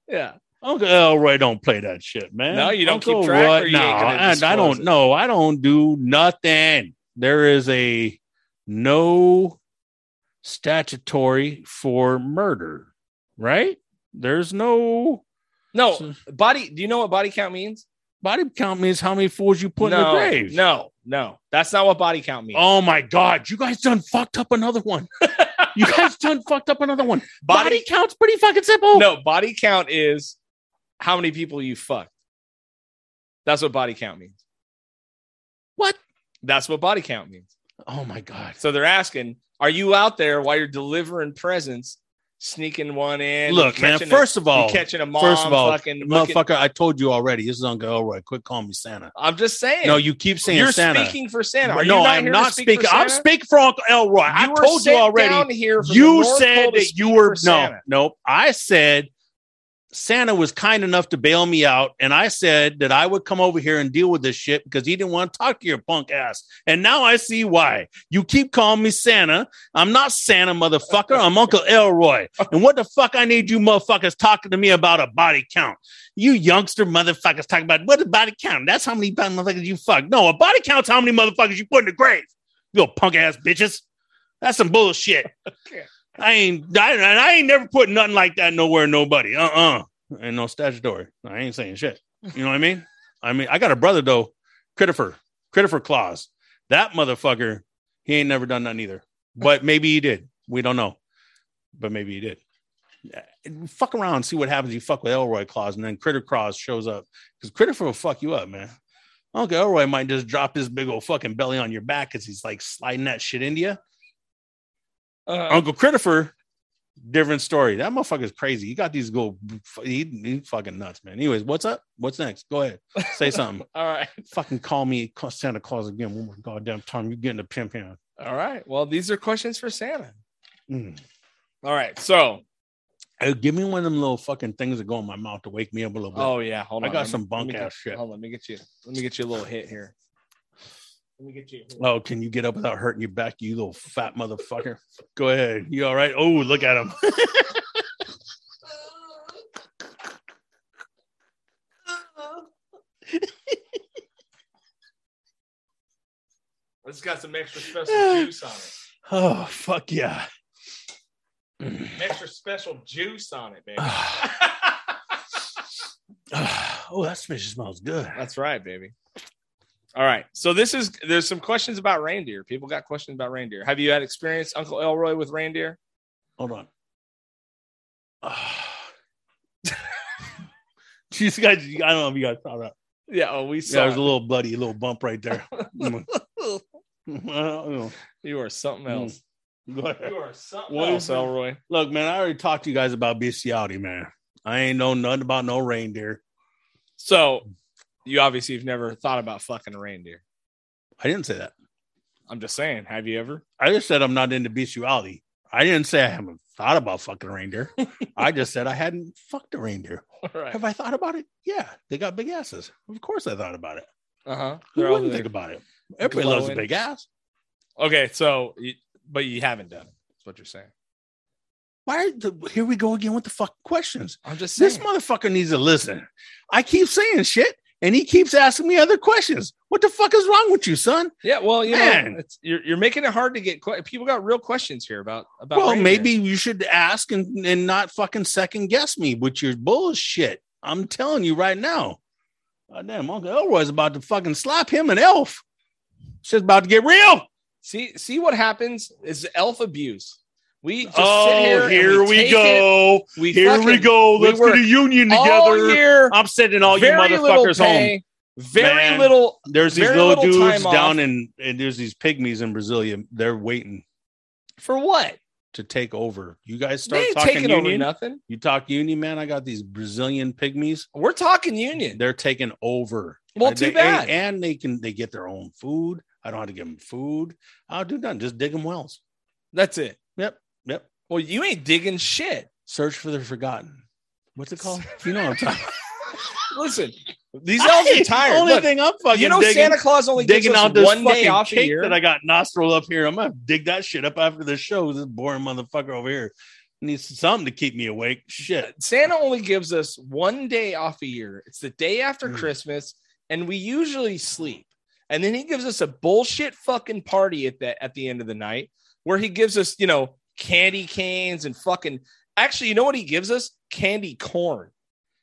[SPEAKER 1] Yeah.
[SPEAKER 2] Uncle Elroy don't play that shit, man.
[SPEAKER 1] No, you don't
[SPEAKER 2] Uncle
[SPEAKER 1] keep track,
[SPEAKER 2] Roy-
[SPEAKER 1] or you
[SPEAKER 2] no,
[SPEAKER 1] ain't gonna
[SPEAKER 2] I, I
[SPEAKER 1] disclose
[SPEAKER 2] don't
[SPEAKER 1] it?
[SPEAKER 2] know. I don't do nothing. There is a no statutory for murder, right? There's no
[SPEAKER 1] No, body. Do you know what body count means?
[SPEAKER 2] body count means how many fools you put
[SPEAKER 1] no,
[SPEAKER 2] in the grave.
[SPEAKER 1] No, no. That's not what body count means.
[SPEAKER 2] Oh my God, you guys done fucked up another one. you guys done fucked up another one. Body, count's pretty fucking simple.
[SPEAKER 1] No, body count is how many people you fucked. That's what body count means.
[SPEAKER 2] What?
[SPEAKER 1] That's what body count means.
[SPEAKER 2] Oh my God.
[SPEAKER 1] So they're asking, are you out there while you're delivering presents sneaking one in.
[SPEAKER 2] Look, man,
[SPEAKER 1] catching a-
[SPEAKER 2] first of all,
[SPEAKER 1] you catching a mom.
[SPEAKER 2] first of all,
[SPEAKER 1] fucking looking-
[SPEAKER 2] motherfucker, I told you already. This is Uncle Elroy. Quit calling me Santa.
[SPEAKER 1] I'm just saying.
[SPEAKER 2] No, you keep saying
[SPEAKER 1] you're
[SPEAKER 2] Santa.
[SPEAKER 1] speaking for Santa.
[SPEAKER 2] no,
[SPEAKER 1] Are you not
[SPEAKER 2] I'm
[SPEAKER 1] here
[SPEAKER 2] not
[SPEAKER 1] to speak for
[SPEAKER 2] speaking. I'm
[SPEAKER 1] Santa?
[SPEAKER 2] speaking for Uncle Elroy. I
[SPEAKER 1] You were
[SPEAKER 2] told you
[SPEAKER 1] sent
[SPEAKER 2] already.
[SPEAKER 1] Down here from the
[SPEAKER 2] You
[SPEAKER 1] North Pole
[SPEAKER 2] said
[SPEAKER 1] to
[SPEAKER 2] that
[SPEAKER 1] speak
[SPEAKER 2] you were
[SPEAKER 1] for
[SPEAKER 2] no,
[SPEAKER 1] Santa.
[SPEAKER 2] nope. I said Santa was kind enough to bail me out, and I said that I would come over here and deal with this shit because he didn't want to talk to your punk ass. And now I see why. You keep calling me Santa. I'm not Santa, motherfucker. I'm Uncle Elroy. And what the fuck I need you motherfuckers talking to me about a body count? You youngster motherfuckers talking about what a body count? That's how many motherfuckers you fuck. No, a body count's how many motherfuckers you put in the grave. You little punk ass bitches. That's some bullshit. I ain't I, and I ain't never put nothing like that nowhere, nobody. Uh uh And no statutory. I ain't saying shit. You know what I mean? I mean, I got a brother though, Critifer, Critifer Claus. That motherfucker, he ain't never done nothing either. But maybe he did. We don't know. But maybe he did. Yeah, Fuck around, see what happens. You fuck with Elroy Claus, and then Critter Claus shows up because Critifer will fuck you up, man. Uncle Elroy might just drop his big old fucking belly on your back because he's like sliding that shit into you.
[SPEAKER 1] Uh,
[SPEAKER 2] Uncle Critifer, different story. That motherfucker's crazy. He got these go. He, he fucking nuts, man. Anyways, what's up? What's next? Go ahead, say something.
[SPEAKER 1] all right.
[SPEAKER 2] fucking call me call Santa Claus again one more goddamn time. You're getting a pimp hand.
[SPEAKER 1] All right. Well, these are questions for Santa.
[SPEAKER 2] Mm.
[SPEAKER 1] All right. So,
[SPEAKER 2] Hey, give me one of them little fucking things that go in my mouth to wake me up a little bit.
[SPEAKER 1] oh yeah, hold
[SPEAKER 2] I
[SPEAKER 1] on.
[SPEAKER 2] got
[SPEAKER 1] Let me-
[SPEAKER 2] some
[SPEAKER 1] let
[SPEAKER 2] bunk
[SPEAKER 1] me
[SPEAKER 2] ass
[SPEAKER 1] get-
[SPEAKER 2] shit.
[SPEAKER 1] Hold on, let me get you. Let me get you a little hit here. Let me get you.
[SPEAKER 2] Oh, can you get up without hurting your back, you little fat motherfucker? Go ahead. You all right? Oh, look at him.
[SPEAKER 1] It's got some extra special juice on it.
[SPEAKER 2] Oh, fuck yeah.
[SPEAKER 1] Extra special juice on it, baby.
[SPEAKER 2] oh, that smash smells good.
[SPEAKER 1] That's right, baby. All right. So this is there's some questions about reindeer. People got questions about reindeer. Have you had experience, Uncle Elroy, with reindeer?
[SPEAKER 2] Hold on. These guys, I don't know if you guys saw that.
[SPEAKER 1] Yeah. Oh, we
[SPEAKER 2] Yeah,
[SPEAKER 1] saw.
[SPEAKER 2] there's a little bloody little bump right there. Mm. Mm.
[SPEAKER 1] you are something
[SPEAKER 2] Mm.
[SPEAKER 1] else.
[SPEAKER 2] Go ahead.
[SPEAKER 1] are something
[SPEAKER 2] What
[SPEAKER 1] else,
[SPEAKER 2] is it?
[SPEAKER 1] Elroy.
[SPEAKER 2] Look, man, I already talked to you guys about bestiality, man. I ain't know nothing about no reindeer.
[SPEAKER 1] So you obviously have never thought about fucking a reindeer.
[SPEAKER 2] I didn't say that.
[SPEAKER 1] I'm just saying. Have you ever?
[SPEAKER 2] I just said I'm not into bestiality. I didn't say I haven't thought about fucking a reindeer. I just said I hadn't fucked a reindeer.
[SPEAKER 1] All right.
[SPEAKER 2] Have I thought about it? Yeah, they got big asses. Of course, I thought about it.
[SPEAKER 1] Uh huh.
[SPEAKER 2] Who wouldn't think about it? Everybody loves a
[SPEAKER 1] glowing.
[SPEAKER 2] big ass.
[SPEAKER 1] Okay, so you, but you haven't done it. That's what you're saying.
[SPEAKER 2] Why? Are the, here we go again with the fuck questions.
[SPEAKER 1] I'm just
[SPEAKER 2] This motherfucker needs to listen. I keep saying shit, and he keeps asking me other questions. What the fuck is wrong with you, son?
[SPEAKER 1] yeah, well, you
[SPEAKER 2] Man.
[SPEAKER 1] know, it's, you're you're making it hard to get. Que- People got real questions here about about.
[SPEAKER 2] well,
[SPEAKER 1] reindeer.
[SPEAKER 2] maybe you should ask and, and not fucking second guess me with your bullshit. I'm telling you right now. Goddamn, Uncle Elroy's about to fucking slap him an elf. Shit's about to get real.
[SPEAKER 1] see see what happens is elf abuse. We just sit
[SPEAKER 2] oh,
[SPEAKER 1] here.
[SPEAKER 2] here,
[SPEAKER 1] and
[SPEAKER 2] we,
[SPEAKER 1] take it.
[SPEAKER 2] go.
[SPEAKER 1] We
[SPEAKER 2] Here we
[SPEAKER 1] fucking-
[SPEAKER 2] go.
[SPEAKER 1] we
[SPEAKER 2] Let's
[SPEAKER 1] work
[SPEAKER 2] get a union
[SPEAKER 1] All
[SPEAKER 2] together.
[SPEAKER 1] year,
[SPEAKER 2] I'm sending all you
[SPEAKER 1] very little
[SPEAKER 2] motherfuckers home.
[SPEAKER 1] pay, Very
[SPEAKER 2] Man.
[SPEAKER 1] little.
[SPEAKER 2] There's these
[SPEAKER 1] Very little
[SPEAKER 2] little, dudes
[SPEAKER 1] time
[SPEAKER 2] down
[SPEAKER 1] off.
[SPEAKER 2] in, and there's these pygmies in Brasilia. They're waiting
[SPEAKER 1] For what?
[SPEAKER 2] to take over. You guys
[SPEAKER 1] They
[SPEAKER 2] start
[SPEAKER 1] ain't
[SPEAKER 2] talking
[SPEAKER 1] taking over
[SPEAKER 2] union.
[SPEAKER 1] nothing.
[SPEAKER 2] you talk union, man. I got these Brazilian pygmies.
[SPEAKER 1] We're talking union.
[SPEAKER 2] They're taking over.
[SPEAKER 1] Well,
[SPEAKER 2] Uh,
[SPEAKER 1] too
[SPEAKER 2] they-
[SPEAKER 1] bad.
[SPEAKER 2] And they can they get their own food. I don't have to give them food. I'll do nothing. Just dig them wells.
[SPEAKER 1] That's it.
[SPEAKER 2] Yep. Yep.
[SPEAKER 1] Well, you ain't digging shit.
[SPEAKER 2] Search for the forgotten. What's it called? you know what I'm talking.
[SPEAKER 1] Listen, these elves are tired.
[SPEAKER 2] Only
[SPEAKER 1] Look,
[SPEAKER 2] thing I'm fucking
[SPEAKER 1] you know,
[SPEAKER 2] digging-
[SPEAKER 1] Santa Claus only gives
[SPEAKER 2] digging
[SPEAKER 1] us
[SPEAKER 2] out this
[SPEAKER 1] one day
[SPEAKER 2] fucking
[SPEAKER 1] off a
[SPEAKER 2] cake
[SPEAKER 1] year.
[SPEAKER 2] that I got nostril up here. I'm gonna dig that shit up after the show. This boring motherfucker over here needs something to keep me awake. Shit.
[SPEAKER 1] Santa only gives us one day off a year. It's the day after
[SPEAKER 2] Mm.
[SPEAKER 1] Christmas, and we usually sleep. And then he gives us a bullshit fucking party at the at the end of the night, where he gives us, you know, candy canes and fucking. Actually, you know what he gives us? Candy corn.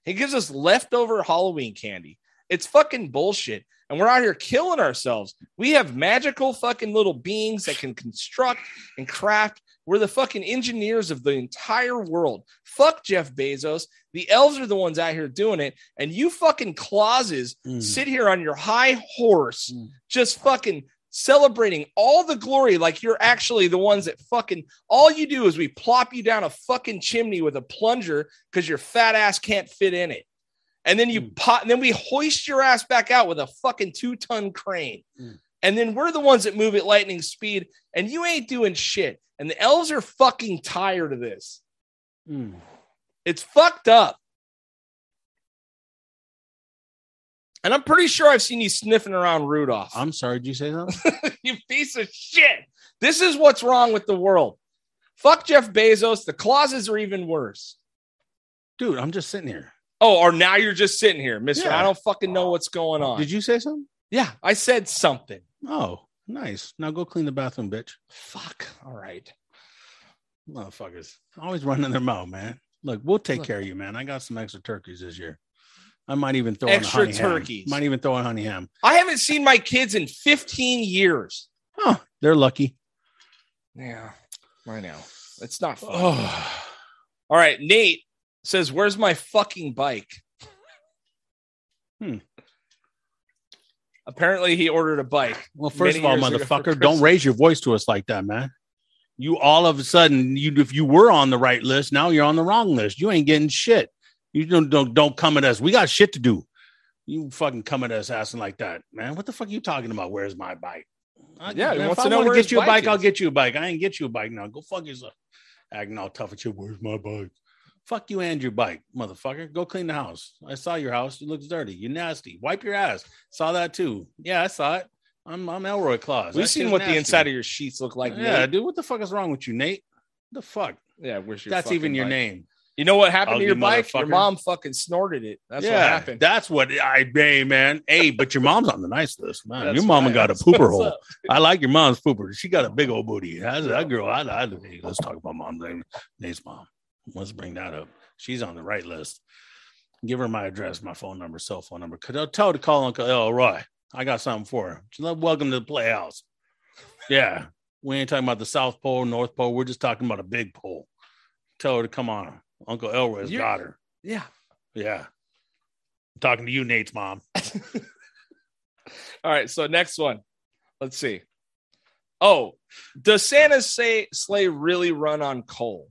[SPEAKER 1] He gives us leftover Halloween candy. It's fucking bullshit. And we're out here killing ourselves. We have magical fucking little beings that can construct and craft. We're the fucking engineers of the entire world. Fuck Jeff Bezos. The elves are the ones out here doing it. And you fucking clauses sit here on your high horse,
[SPEAKER 2] Mm.
[SPEAKER 1] just fucking celebrating all the glory like you're actually the ones that fucking all you do is we plop you down a fucking chimney with a plunger because your fat ass can't fit in it. And then you
[SPEAKER 2] Mm.
[SPEAKER 1] pot and then we hoist your ass back out with a fucking two-ton crane.
[SPEAKER 2] Mm.
[SPEAKER 1] And then we're the ones that move at lightning speed, and you ain't doing shit. And the elves are fucking tired of this.
[SPEAKER 2] Mm.
[SPEAKER 1] It's fucked up. And I'm pretty sure I've seen you sniffing around Rudolph.
[SPEAKER 2] I'm sorry, did you say something?
[SPEAKER 1] you piece of shit. This is what's wrong with the world. Fuck Jeff Bezos. The clauses are even worse.
[SPEAKER 2] Dude, I'm just sitting here.
[SPEAKER 1] Oh, or now you're just sitting here, Mister.
[SPEAKER 2] Yeah.
[SPEAKER 1] I don't fucking know what's going on.
[SPEAKER 2] Did you say something?
[SPEAKER 1] yeah, I said something.
[SPEAKER 2] Oh, nice. Now go clean the bathroom, bitch.
[SPEAKER 1] Fuck. All right.
[SPEAKER 2] Motherfuckers. Always running their mouth, man. Look, we'll take
[SPEAKER 1] Look.
[SPEAKER 2] care of you, man. I got some extra turkeys this year. I might even throw
[SPEAKER 1] Extra
[SPEAKER 2] in a honey ham.
[SPEAKER 1] turkeys.
[SPEAKER 2] Might even throw in honey ham.
[SPEAKER 1] I haven't seen my kids in 15 years.
[SPEAKER 2] Huh. They're lucky.
[SPEAKER 1] Yeah, I know. It's not fun.
[SPEAKER 2] Oh.
[SPEAKER 1] All right, Nate says, "Where's my fucking bike?"
[SPEAKER 2] Hmm.
[SPEAKER 1] Apparently, he ordered a bike.
[SPEAKER 2] Well, first
[SPEAKER 1] Many
[SPEAKER 2] of all,
[SPEAKER 1] years ago for
[SPEAKER 2] motherfucker,
[SPEAKER 1] Christmas.
[SPEAKER 2] don't raise your voice to us like that, man. You all of a sudden, you if you were on the right list, now you're on the wrong list. You ain't getting shit. You don't don't don't come at us. We got shit to do. You fucking come at us asking like that, man. What the fuck are you talking about? Where's my bike? I-
[SPEAKER 1] Yeah, he
[SPEAKER 2] if
[SPEAKER 1] wants
[SPEAKER 2] I
[SPEAKER 1] to know
[SPEAKER 2] want to
[SPEAKER 1] where
[SPEAKER 2] get
[SPEAKER 1] his
[SPEAKER 2] you a
[SPEAKER 1] bike
[SPEAKER 2] bike, I'll
[SPEAKER 1] is.
[SPEAKER 2] get you a bike. I ain't get you a bike now. Go fuck yourself. Acting all tough at you. Where's my bike? Fuck you and your bike, motherfucker. Go clean the house. I saw your house. It looks dirty. You nasty. Wipe your ass. Saw that too. Yeah, I saw it. I'm I'm Elroy Claus.
[SPEAKER 1] We've
[SPEAKER 2] That
[SPEAKER 1] seen
[SPEAKER 2] shit's
[SPEAKER 1] what the
[SPEAKER 2] nasty.
[SPEAKER 1] inside of your sheets look like.
[SPEAKER 2] yeah,
[SPEAKER 1] Nate.
[SPEAKER 2] dude. What the fuck is wrong with you, Nate? The fuck?
[SPEAKER 1] yeah. Where's your?
[SPEAKER 2] That's
[SPEAKER 1] fucking
[SPEAKER 2] even your
[SPEAKER 1] bike?
[SPEAKER 2] name.
[SPEAKER 1] You know what happened to
[SPEAKER 2] Ugly
[SPEAKER 1] your bike? Your
[SPEAKER 2] motherfucker.
[SPEAKER 1] mom fucking snorted it. That's
[SPEAKER 2] yeah,
[SPEAKER 1] what happened.
[SPEAKER 2] That's what I hey man. Hey, but your mom's on the nice list, man.
[SPEAKER 1] That's
[SPEAKER 2] your mama
[SPEAKER 1] right.
[SPEAKER 2] got a
[SPEAKER 1] That's
[SPEAKER 2] pooper
[SPEAKER 1] what's
[SPEAKER 2] hole.
[SPEAKER 1] up.
[SPEAKER 2] I like your mom's pooper. She got a big old booty. That's that girl. I, I hey, let's talk about mom's name. Nate's mom. Let's bring that up. She's on the right list. Give her my address, my phone number, cell phone number. Could I tell her to call Uncle Elroy? I got something for her. She's like, welcome to the playhouse. Yeah. We ain't talking about the South Pole, North Pole. We're just talking about a big pole. Tell her to come on. Uncle Elroy's
[SPEAKER 1] You-
[SPEAKER 2] got her.
[SPEAKER 1] Yeah.
[SPEAKER 2] Yeah. I'm talking to you, Nate's mom.
[SPEAKER 1] All right, so next one. Let's see. Oh, does Santa's say sleigh really run on coal?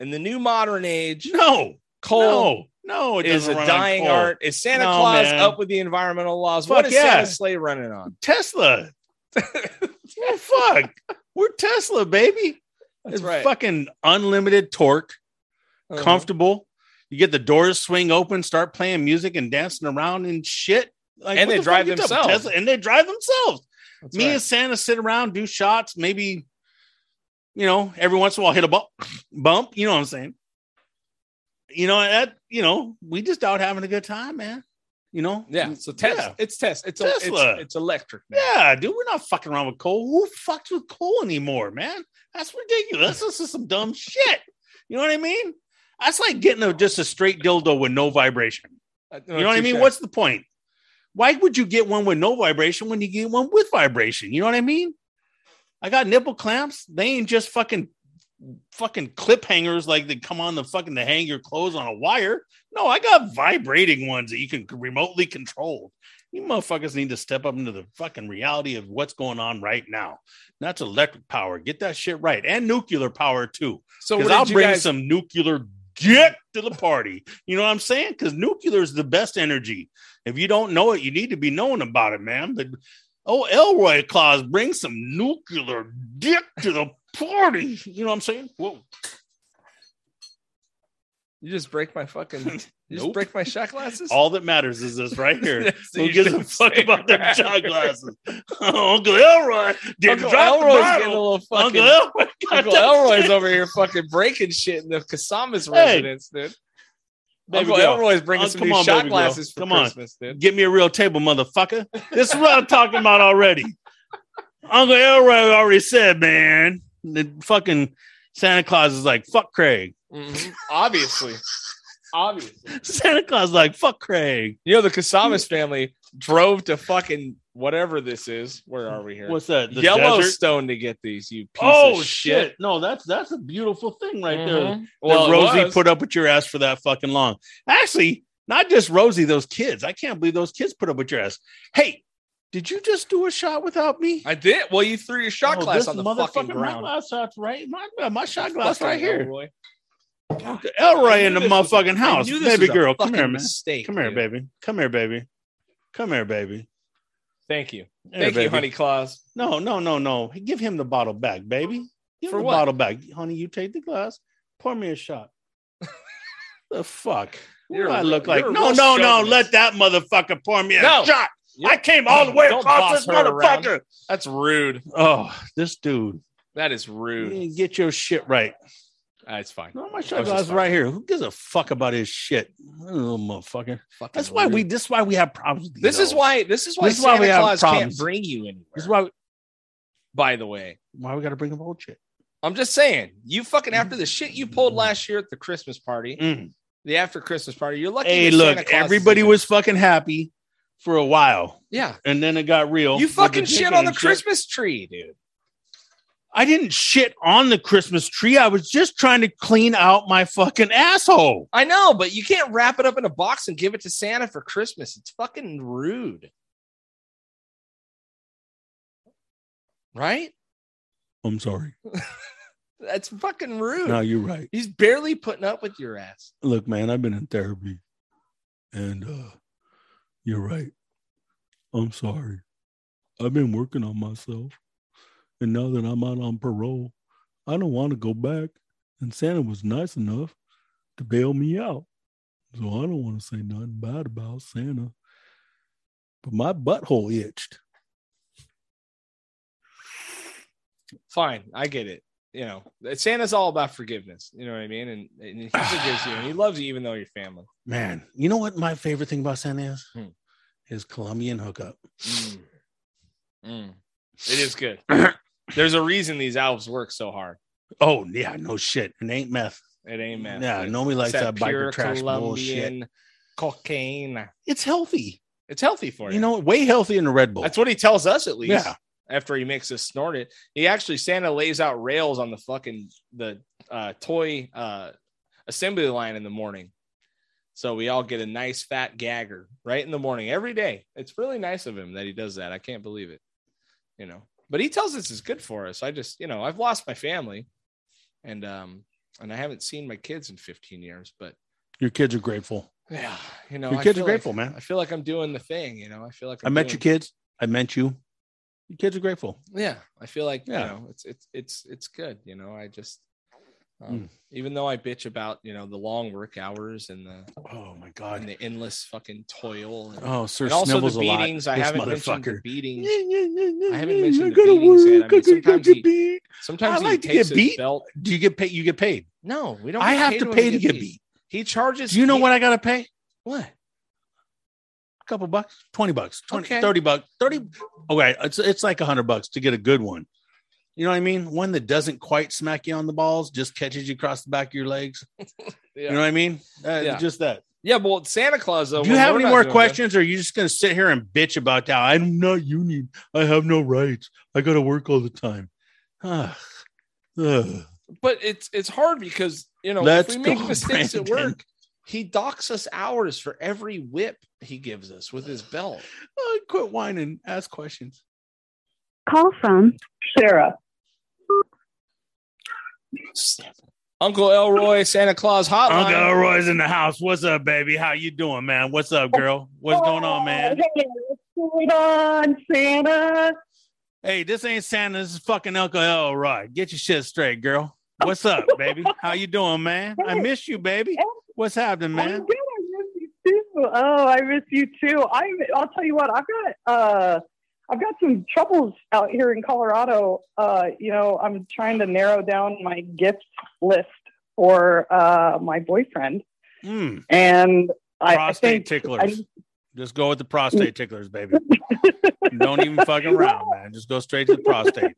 [SPEAKER 1] In the new modern age,
[SPEAKER 2] No.
[SPEAKER 1] coal
[SPEAKER 2] No. No. It
[SPEAKER 1] is a
[SPEAKER 2] doesn't run on
[SPEAKER 1] dying
[SPEAKER 2] coal.
[SPEAKER 1] art. Is Santa
[SPEAKER 2] No,
[SPEAKER 1] Claus
[SPEAKER 2] man.
[SPEAKER 1] up with the environmental laws?
[SPEAKER 2] Fuck
[SPEAKER 1] what is
[SPEAKER 2] yeah.
[SPEAKER 1] Santa's sleigh running on?
[SPEAKER 2] Tesla. well, fuck. We're Tesla, baby.
[SPEAKER 1] That's
[SPEAKER 2] it's
[SPEAKER 1] right.
[SPEAKER 2] fucking unlimited torque,
[SPEAKER 1] Uh-huh.
[SPEAKER 2] comfortable. You get the doors swing open, start playing music and dancing around and shit. Like,
[SPEAKER 1] And
[SPEAKER 2] what
[SPEAKER 1] they
[SPEAKER 2] the fuck
[SPEAKER 1] drive
[SPEAKER 2] you talking-
[SPEAKER 1] themselves.
[SPEAKER 2] Tesla, and they drive themselves.
[SPEAKER 1] That's
[SPEAKER 2] Me
[SPEAKER 1] right.
[SPEAKER 2] and Santa sit around, do shots, maybe, you know, every once in a while hit a bump, bump. You know what I'm saying? You know that. You know, we just out having a good time, man. You know.
[SPEAKER 1] yeah, so Tesla. It's Tesla. It's,
[SPEAKER 2] Tesla.
[SPEAKER 1] Tesla. it's it's electric. Now.
[SPEAKER 2] Yeah, dude, we're not fucking around with coal. Who fucks with coal anymore, man? That's ridiculous. This is some dumb shit. You know what I mean? That's like getting a, just a straight dildo with no vibration.
[SPEAKER 1] Uh, no,
[SPEAKER 2] You know what I mean?
[SPEAKER 1] touche.
[SPEAKER 2] What's the point? Why would you get one with no vibration when you get one with vibration? You know what I mean? I got nipple clamps. They ain't just fucking fucking clip hangers like they come on the fucking to hang your clothes on a wire. No, I got vibrating ones that you can remotely control. You motherfuckers need to step up into the fucking reality of what's going on right now. That's electric power. Get that shit right. And nuclear power too.
[SPEAKER 1] so?
[SPEAKER 2] Because
[SPEAKER 1] What
[SPEAKER 2] I'll
[SPEAKER 1] did you
[SPEAKER 2] bring
[SPEAKER 1] guys?
[SPEAKER 2] some nuclear get to the party. You know what I'm saying? Because nuclear is the best energy. If you don't know it, you need to be knowing about it, man. But oh, Elroy Claus, bring some nuclear dick to the party. You know what I'm saying? Whoa.
[SPEAKER 1] you just break my fucking. You just
[SPEAKER 2] Nope.
[SPEAKER 1] break my shot glasses.
[SPEAKER 2] All that matters is this right here.
[SPEAKER 1] That's
[SPEAKER 2] Who
[SPEAKER 1] the
[SPEAKER 2] gives a
[SPEAKER 1] usual
[SPEAKER 2] fuck about them
[SPEAKER 1] statement.
[SPEAKER 2] shot glasses? Uncle Elroy didn't
[SPEAKER 1] Uncle
[SPEAKER 2] drop the
[SPEAKER 1] Elroy's getting a
[SPEAKER 2] bottle.
[SPEAKER 1] little
[SPEAKER 2] Uncle
[SPEAKER 1] fucking.
[SPEAKER 2] Elroy, got
[SPEAKER 1] Uncle
[SPEAKER 2] that
[SPEAKER 1] Elroy's
[SPEAKER 2] shit.
[SPEAKER 1] over here fucking breaking shit in the Casamas
[SPEAKER 2] Hey.
[SPEAKER 1] residence, dude.
[SPEAKER 2] Baby
[SPEAKER 1] Uncle
[SPEAKER 2] girl.
[SPEAKER 1] Elroy's bringing
[SPEAKER 2] Oh,
[SPEAKER 1] some
[SPEAKER 2] come
[SPEAKER 1] new
[SPEAKER 2] on,
[SPEAKER 1] shot
[SPEAKER 2] baby girl.
[SPEAKER 1] glasses for
[SPEAKER 2] Come on.
[SPEAKER 1] Christmas, dude.
[SPEAKER 2] Get me a real table, motherfucker. This is what I'm talking about already. Uncle Elroy already said, man. The fucking Santa Claus is like, fuck Craig.
[SPEAKER 1] Mhm. Obviously. Obviously.
[SPEAKER 2] Santa Claus is like, fuck Craig.
[SPEAKER 1] You know, the Casamas family drove to fucking whatever this is. Where are we here?
[SPEAKER 2] What's that? The desert?
[SPEAKER 1] Yellowstone to get these, you piece
[SPEAKER 2] Oh
[SPEAKER 1] of
[SPEAKER 2] shit.
[SPEAKER 1] shit.
[SPEAKER 2] No, that's that's a beautiful thing right there.
[SPEAKER 1] Mhm.
[SPEAKER 2] Well,
[SPEAKER 1] Well,
[SPEAKER 2] Rosie
[SPEAKER 1] Rosie
[SPEAKER 2] put up with your ass for that fucking long. Actually, not just Rosie, those kids. I can't believe those kids put up with your ass. Hey, Did you just do a shot without me?
[SPEAKER 1] I did. Well, you threw your shot
[SPEAKER 2] Oh,
[SPEAKER 1] glass
[SPEAKER 2] this
[SPEAKER 1] on the
[SPEAKER 2] motherfucking-
[SPEAKER 1] fucking
[SPEAKER 2] My
[SPEAKER 1] ground.
[SPEAKER 2] glass shot right. My, uh, my shot glass
[SPEAKER 1] Fucking
[SPEAKER 2] right here.
[SPEAKER 1] Elroy. I
[SPEAKER 2] Elroy
[SPEAKER 1] knew
[SPEAKER 2] in the
[SPEAKER 1] this was- I
[SPEAKER 2] motherfucking house.
[SPEAKER 1] knew this
[SPEAKER 2] Baby
[SPEAKER 1] was a
[SPEAKER 2] girl, come
[SPEAKER 1] fucking
[SPEAKER 2] here, man.
[SPEAKER 1] Mistake,
[SPEAKER 2] Come here,
[SPEAKER 1] dude.
[SPEAKER 2] baby. Come here, baby. Come here, baby.
[SPEAKER 1] Thank you.
[SPEAKER 2] Here,
[SPEAKER 1] Thank you,
[SPEAKER 2] baby.
[SPEAKER 1] Honey Claus.
[SPEAKER 2] No, no, no, no. Give him the bottle back, baby. Give
[SPEAKER 1] For
[SPEAKER 2] him the
[SPEAKER 1] what?
[SPEAKER 2] bottle back. Honey, you take the glass. Pour me a shot. the fuck? What
[SPEAKER 1] You're
[SPEAKER 2] do
[SPEAKER 1] a
[SPEAKER 2] I
[SPEAKER 1] real-
[SPEAKER 2] look like?
[SPEAKER 1] you're a
[SPEAKER 2] No,
[SPEAKER 1] real
[SPEAKER 2] no, no.
[SPEAKER 1] chauvinist.
[SPEAKER 2] Let that motherfucker pour me a
[SPEAKER 1] No.
[SPEAKER 2] shot.
[SPEAKER 1] You're-
[SPEAKER 2] I came all the way
[SPEAKER 1] Don't
[SPEAKER 2] across
[SPEAKER 1] boss
[SPEAKER 2] this
[SPEAKER 1] her around.
[SPEAKER 2] motherfucker.
[SPEAKER 1] That's rude.
[SPEAKER 2] Oh, this dude.
[SPEAKER 1] That is rude.
[SPEAKER 2] Yeah, Get your shit right.
[SPEAKER 1] That's fine.
[SPEAKER 2] No, my
[SPEAKER 1] I
[SPEAKER 2] shot
[SPEAKER 1] was just
[SPEAKER 2] glass right here. Who gives a fuck about his shit? Little motherfucker.
[SPEAKER 1] Fucking
[SPEAKER 2] That's why we.
[SPEAKER 1] rude.
[SPEAKER 2] This is why we have problems. with these
[SPEAKER 1] This is
[SPEAKER 2] hoes.
[SPEAKER 1] why. This is why
[SPEAKER 2] This is why
[SPEAKER 1] Santa
[SPEAKER 2] we have
[SPEAKER 1] Claus can't
[SPEAKER 2] problems.
[SPEAKER 1] bring you anywhere.
[SPEAKER 2] This is why.
[SPEAKER 1] by the way,
[SPEAKER 2] Why we got to bring up old shit.
[SPEAKER 1] I'm just saying. You fucking after the shit you
[SPEAKER 2] Mm-hmm.
[SPEAKER 1] pulled last year at the Christmas party,
[SPEAKER 2] Mm.
[SPEAKER 1] the after Christmas party, you're lucky.
[SPEAKER 2] hey,
[SPEAKER 1] that Santa
[SPEAKER 2] look,
[SPEAKER 1] Claus is
[SPEAKER 2] everybody
[SPEAKER 1] in
[SPEAKER 2] was fucking happy for a while,
[SPEAKER 1] there. Yeah,
[SPEAKER 2] and then it got real.
[SPEAKER 1] you
[SPEAKER 2] with
[SPEAKER 1] fucking
[SPEAKER 2] the
[SPEAKER 1] shit
[SPEAKER 2] chicken
[SPEAKER 1] on the
[SPEAKER 2] and
[SPEAKER 1] Christmas tree, dude.
[SPEAKER 2] I didn't shit on the Christmas tree. I was just trying to clean out my fucking asshole.
[SPEAKER 1] I know, but you can't wrap it up in a box and give it to Santa for Christmas. It's fucking rude. Right?
[SPEAKER 2] I'm sorry.
[SPEAKER 1] That's fucking rude.
[SPEAKER 2] No, you're right.
[SPEAKER 1] He's barely putting up with your ass.
[SPEAKER 2] Look, man, I've been in therapy, and uh, you're right. I'm sorry. I've been working on myself, and now that I'm out on parole, I don't want to go back. And Santa was nice enough to bail me out. So I don't want to say nothing bad about Santa. But my butthole itched.
[SPEAKER 1] Fine, I get it. You know, Santa's all about forgiveness. You know what I mean? And, and he forgives you and he loves you even though you're family.
[SPEAKER 2] Man, you know what my favorite thing about Santa is?
[SPEAKER 1] Hmm.
[SPEAKER 2] His Colombian hookup.
[SPEAKER 1] Mm. Mm. It is good. There's a reason these elves work so hard.
[SPEAKER 2] Oh, yeah, no shit. It ain't meth.
[SPEAKER 1] It ain't man.
[SPEAKER 2] Yeah,
[SPEAKER 1] It's
[SPEAKER 2] nobody likes that, biker trash bullshit.
[SPEAKER 1] Colombian cocaine.
[SPEAKER 2] It's healthy.
[SPEAKER 1] It's healthy for you.
[SPEAKER 2] You know, way healthier than Red Bull.
[SPEAKER 1] That's what he tells us at least.
[SPEAKER 2] Yeah.
[SPEAKER 1] After he makes us snort it, he actually Santa lays out rails on the fucking the uh, toy uh, assembly line in the morning, so we all get a nice fat gagger right in the morning every day. It's really nice of him that he does that. I can't believe it, you know. But he tells us it's good for us. I just, you know, I've lost my family, and um, and I haven't seen my kids in 15 years. But
[SPEAKER 2] Your kids are grateful.
[SPEAKER 1] yeah, you know,
[SPEAKER 2] Your
[SPEAKER 1] I
[SPEAKER 2] kids are
[SPEAKER 1] feel like-
[SPEAKER 2] grateful, man.
[SPEAKER 1] I feel like I'm doing the thing. You know, I feel like
[SPEAKER 2] I
[SPEAKER 1] I'm
[SPEAKER 2] met
[SPEAKER 1] doing-
[SPEAKER 2] your kids. I met you. Your kids are grateful.
[SPEAKER 1] yeah i feel like
[SPEAKER 2] Yeah.
[SPEAKER 1] you know it's it's it's it's good you know i just um,
[SPEAKER 2] Hmm.
[SPEAKER 1] even though i bitch about you know the long work hours and the
[SPEAKER 2] Oh my
[SPEAKER 1] and
[SPEAKER 2] god.
[SPEAKER 1] the endless fucking toil and,
[SPEAKER 2] Oh, Sir
[SPEAKER 1] and also
[SPEAKER 2] Snivel's
[SPEAKER 1] the
[SPEAKER 2] a lot.
[SPEAKER 1] beatings i
[SPEAKER 2] This
[SPEAKER 1] haven't mentioned the
[SPEAKER 2] motherfucker.
[SPEAKER 1] beatings
[SPEAKER 2] I
[SPEAKER 1] I haven't mentioned the beatings yet. I mean, sometimes he- sometimes
[SPEAKER 2] I like
[SPEAKER 1] he
[SPEAKER 2] to
[SPEAKER 1] takes
[SPEAKER 2] get
[SPEAKER 1] his
[SPEAKER 2] beat.
[SPEAKER 1] belt
[SPEAKER 2] Do you get paid? You get paid.
[SPEAKER 1] no we don't
[SPEAKER 2] I
[SPEAKER 1] get
[SPEAKER 2] have
[SPEAKER 1] paid
[SPEAKER 2] to
[SPEAKER 1] when
[SPEAKER 2] pay
[SPEAKER 1] we
[SPEAKER 2] to get beat.
[SPEAKER 1] he charges
[SPEAKER 2] Do you know
[SPEAKER 1] he-
[SPEAKER 2] what I gotta pay? A
[SPEAKER 1] what
[SPEAKER 2] couple bucks, twenty bucks, 20,
[SPEAKER 1] Okay.
[SPEAKER 2] 30 bucks, thirty. Okay, it's it's like hundred bucks to get a good one. You know what I mean? One that doesn't quite smack you on the balls, just catches you across the back of your legs.
[SPEAKER 1] yeah.
[SPEAKER 2] You know what I mean? Uh,
[SPEAKER 1] Yeah.
[SPEAKER 2] Just that.
[SPEAKER 1] yeah well santa claus though
[SPEAKER 2] Do you
[SPEAKER 1] when
[SPEAKER 2] have
[SPEAKER 1] we're
[SPEAKER 2] any
[SPEAKER 1] not
[SPEAKER 2] more
[SPEAKER 1] doing that-
[SPEAKER 2] questions, or are you just going to sit here and bitch about that? I'm not union. I have no rights. I got to work all the time. Ugh. Ugh.
[SPEAKER 1] but it's it's hard because you know
[SPEAKER 2] Let's
[SPEAKER 1] if we make
[SPEAKER 2] go,
[SPEAKER 1] mistakes at
[SPEAKER 2] Brandon.
[SPEAKER 1] work he docks us hours for every whip he gives us with his belt
[SPEAKER 2] Oh, quit whining. Ask questions.
[SPEAKER 6] Call from
[SPEAKER 3] Sarah.
[SPEAKER 1] uncle elroy santa claus hotline
[SPEAKER 2] Uncle Roy's in the house. What's up, baby? How you doing, man? What's up, girl? What's going on, man?
[SPEAKER 3] Hey, what's going on, Santa?
[SPEAKER 2] Hey, this ain't Santa. This is fucking Uncle Elroy. Get your shit straight, girl. What's up, baby? How you doing, man? I miss you, baby. What's happening,
[SPEAKER 3] I'm
[SPEAKER 2] man?
[SPEAKER 3] Oh, good. I miss you too. Oh, I miss you too. I I'll tell you what. I've got uh, I've got some troubles out here in Colorado. Uh, you know, I'm trying to narrow down my gift list for uh my boyfriend,
[SPEAKER 2] Mm,
[SPEAKER 3] and I, I
[SPEAKER 2] prostate
[SPEAKER 3] think
[SPEAKER 2] ticklers.
[SPEAKER 3] I-
[SPEAKER 2] Just go with the prostate ticklers, baby. Don't even fuck around, man. Just go straight to the prostate.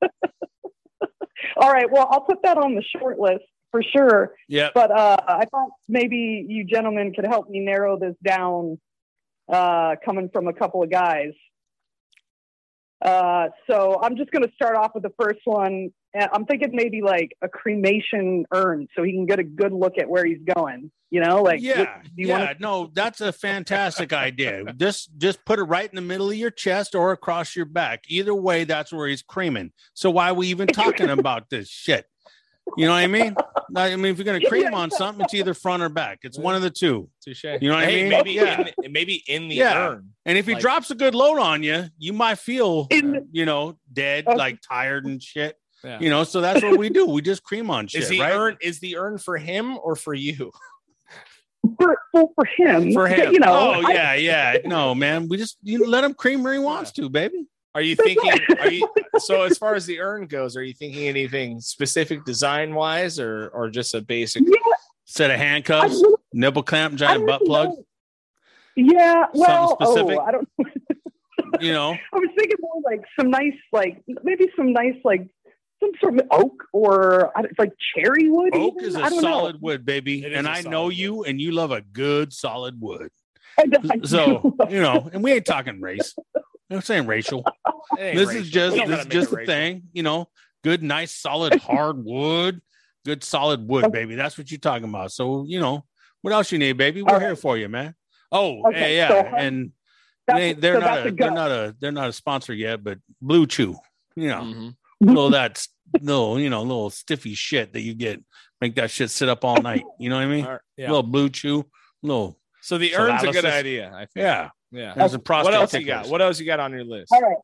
[SPEAKER 3] all right. Well, I'll put that on the short list for sure.
[SPEAKER 2] Yep.
[SPEAKER 3] But uh, I thought maybe you gentlemen could help me narrow this down, uh, coming from a couple of guys. Uh, so I'm just going to start off with the first one,
[SPEAKER 7] And I'm thinking maybe like a cremation urn so he can get a good look at where he's going. You know, like
[SPEAKER 2] yeah,
[SPEAKER 7] what- do you
[SPEAKER 2] yeah.
[SPEAKER 7] want
[SPEAKER 2] No, that's a fantastic idea. Just just put it right in the middle of your chest or across your back. Either way, that's where he's creaming. So why are we even talking about this shit? You know what I mean? I mean, if you're gonna cream on something, it's either front or back. It's one of the two.
[SPEAKER 8] Touche.
[SPEAKER 2] You know what
[SPEAKER 1] Hey,
[SPEAKER 2] I mean?
[SPEAKER 1] maybe
[SPEAKER 2] yeah.
[SPEAKER 1] in, maybe in the
[SPEAKER 2] Yeah.
[SPEAKER 1] urn.
[SPEAKER 2] and if he
[SPEAKER 1] like-
[SPEAKER 2] drops a good load on you, you might feel
[SPEAKER 7] In-
[SPEAKER 2] you know dead,
[SPEAKER 7] Okay.
[SPEAKER 2] like tired and shit.
[SPEAKER 8] Yeah.
[SPEAKER 2] You know, so that's what we do. We just cream on shit,
[SPEAKER 1] is the
[SPEAKER 2] right?
[SPEAKER 1] urn is the urn for him or for you?
[SPEAKER 7] for, for, for him?
[SPEAKER 2] For him.
[SPEAKER 7] you know.
[SPEAKER 2] oh
[SPEAKER 7] I-
[SPEAKER 2] yeah, yeah. No, man. We just you let him cream where he wants to, baby.
[SPEAKER 1] Are you thinking? Are you so as far as the urn goes? Are you thinking anything specific design wise, or or just a basic?
[SPEAKER 7] yeah,
[SPEAKER 2] Set of
[SPEAKER 7] I
[SPEAKER 2] handcuffs,
[SPEAKER 7] really-
[SPEAKER 2] nipple clamp,
[SPEAKER 7] I
[SPEAKER 2] giant
[SPEAKER 7] really
[SPEAKER 2] butt plug.
[SPEAKER 7] know. Yeah, well,
[SPEAKER 2] specific?
[SPEAKER 7] oh, I don't.
[SPEAKER 2] You know,
[SPEAKER 7] I was thinking more like some nice, like maybe some nice, like some sort of oak or I don't- like cherry wood.
[SPEAKER 2] oak
[SPEAKER 7] even?
[SPEAKER 2] is
[SPEAKER 7] I
[SPEAKER 2] a
[SPEAKER 7] don't
[SPEAKER 2] solid
[SPEAKER 7] know.
[SPEAKER 2] wood, baby,
[SPEAKER 1] It is
[SPEAKER 2] and
[SPEAKER 1] a
[SPEAKER 2] I
[SPEAKER 1] solid
[SPEAKER 2] know
[SPEAKER 1] wood.
[SPEAKER 2] you, and you love a good solid wood.
[SPEAKER 7] I- I
[SPEAKER 2] So
[SPEAKER 7] do.
[SPEAKER 2] you know, and we ain't talking race. I'm saying racial.
[SPEAKER 1] It ain't
[SPEAKER 2] this
[SPEAKER 1] racial.
[SPEAKER 2] is just
[SPEAKER 1] We don't
[SPEAKER 2] this is
[SPEAKER 1] gotta make it
[SPEAKER 2] just a
[SPEAKER 1] racial.
[SPEAKER 2] thing, you know. Good, nice, solid, hard wood. Good, solid wood, baby. That's what you're talking about. So you know, what else you need, baby? We're
[SPEAKER 7] All
[SPEAKER 2] here for you, man. Oh,
[SPEAKER 7] Okay,
[SPEAKER 2] yeah,
[SPEAKER 7] so-
[SPEAKER 2] yeah. and
[SPEAKER 7] That's-
[SPEAKER 2] they, they're
[SPEAKER 7] so
[SPEAKER 2] not
[SPEAKER 7] that's
[SPEAKER 2] a,
[SPEAKER 7] a
[SPEAKER 2] they're
[SPEAKER 7] go.
[SPEAKER 2] not a they're not a sponsor yet, but Blue Chew, you know,
[SPEAKER 1] Mhm.
[SPEAKER 2] little that little you know little stiffy shit that you get make that shit sit up all night. You know what I mean?
[SPEAKER 1] All right, yeah.
[SPEAKER 2] Little Blue Chew, little
[SPEAKER 1] So the urn's a good
[SPEAKER 2] Paralysis.
[SPEAKER 1] idea. I think.
[SPEAKER 2] yeah.
[SPEAKER 1] Yeah.
[SPEAKER 2] There's a prostate.
[SPEAKER 1] What else you
[SPEAKER 2] ticklers.
[SPEAKER 1] got? What else you got on your list?
[SPEAKER 7] All right.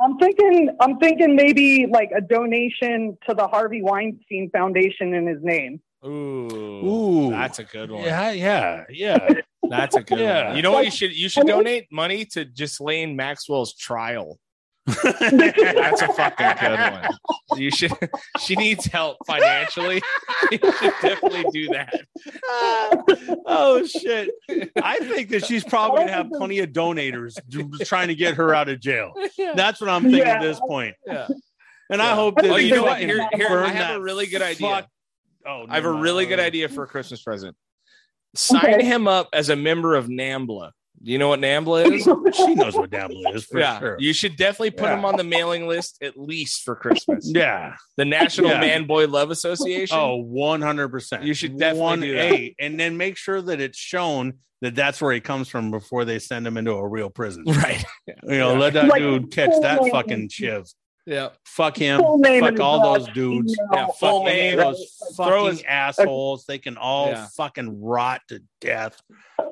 [SPEAKER 7] I'm thinking I'm thinking maybe like a donation to the Harvey Weinstein Foundation in his name.
[SPEAKER 1] Ooh,
[SPEAKER 2] Ooh,
[SPEAKER 1] that's a good one.
[SPEAKER 2] yeah, yeah, yeah.
[SPEAKER 1] That's a good
[SPEAKER 2] Yeah.
[SPEAKER 1] one. You know what you should you should
[SPEAKER 7] I mean-
[SPEAKER 1] donate money to Ghislaine Maxwell's trial. That's
[SPEAKER 2] that's
[SPEAKER 1] a fucking good one. You should she needs help financially. You should definitely do that.
[SPEAKER 2] oh shit! I think that she's probably gonna have plenty of donators d- trying to get her out of jail. That's what I'm thinking at this point.
[SPEAKER 1] Yeah.
[SPEAKER 2] And I
[SPEAKER 1] Yeah.
[SPEAKER 2] hope that
[SPEAKER 1] Oh, you know what?
[SPEAKER 2] fucking
[SPEAKER 1] Here, here I
[SPEAKER 2] burn
[SPEAKER 1] have
[SPEAKER 2] that
[SPEAKER 1] a really good idea.
[SPEAKER 2] fuck- Oh,
[SPEAKER 1] I have a
[SPEAKER 2] never mind.
[SPEAKER 1] really good idea for a Christmas present. Sign
[SPEAKER 7] Okay.
[SPEAKER 1] him up as a member of NAMBLA. Do you know what NAMBLA is?
[SPEAKER 2] She knows what dabble is for
[SPEAKER 1] yeah,
[SPEAKER 2] sure.
[SPEAKER 1] you should definitely put him
[SPEAKER 2] Yeah.
[SPEAKER 1] on the mailing list at least for Christmas.
[SPEAKER 2] yeah.
[SPEAKER 1] The National
[SPEAKER 2] Yeah.
[SPEAKER 1] Man Boy Love Association.
[SPEAKER 2] Oh, 100 percent.
[SPEAKER 1] You should definitely do that.
[SPEAKER 2] and then make sure that it's shown that that's where he comes from before they send him into a real prison.
[SPEAKER 1] right.
[SPEAKER 2] You know,
[SPEAKER 1] Yeah.
[SPEAKER 2] let that
[SPEAKER 7] Like,
[SPEAKER 2] dude catch that
[SPEAKER 7] full
[SPEAKER 2] fucking
[SPEAKER 7] name.
[SPEAKER 2] shiv.
[SPEAKER 1] Yeah.
[SPEAKER 2] Fuck him.
[SPEAKER 7] Full name
[SPEAKER 2] Fuck
[SPEAKER 7] and
[SPEAKER 2] all
[SPEAKER 7] address,
[SPEAKER 2] those dudes.
[SPEAKER 7] email,
[SPEAKER 1] Yeah,
[SPEAKER 7] all
[SPEAKER 2] Fuck
[SPEAKER 1] full
[SPEAKER 7] that.
[SPEAKER 2] any
[SPEAKER 1] name.
[SPEAKER 2] of those
[SPEAKER 1] Throw
[SPEAKER 2] fucking
[SPEAKER 1] his-
[SPEAKER 2] assholes. They can all
[SPEAKER 1] Yeah.
[SPEAKER 2] fucking rot to death.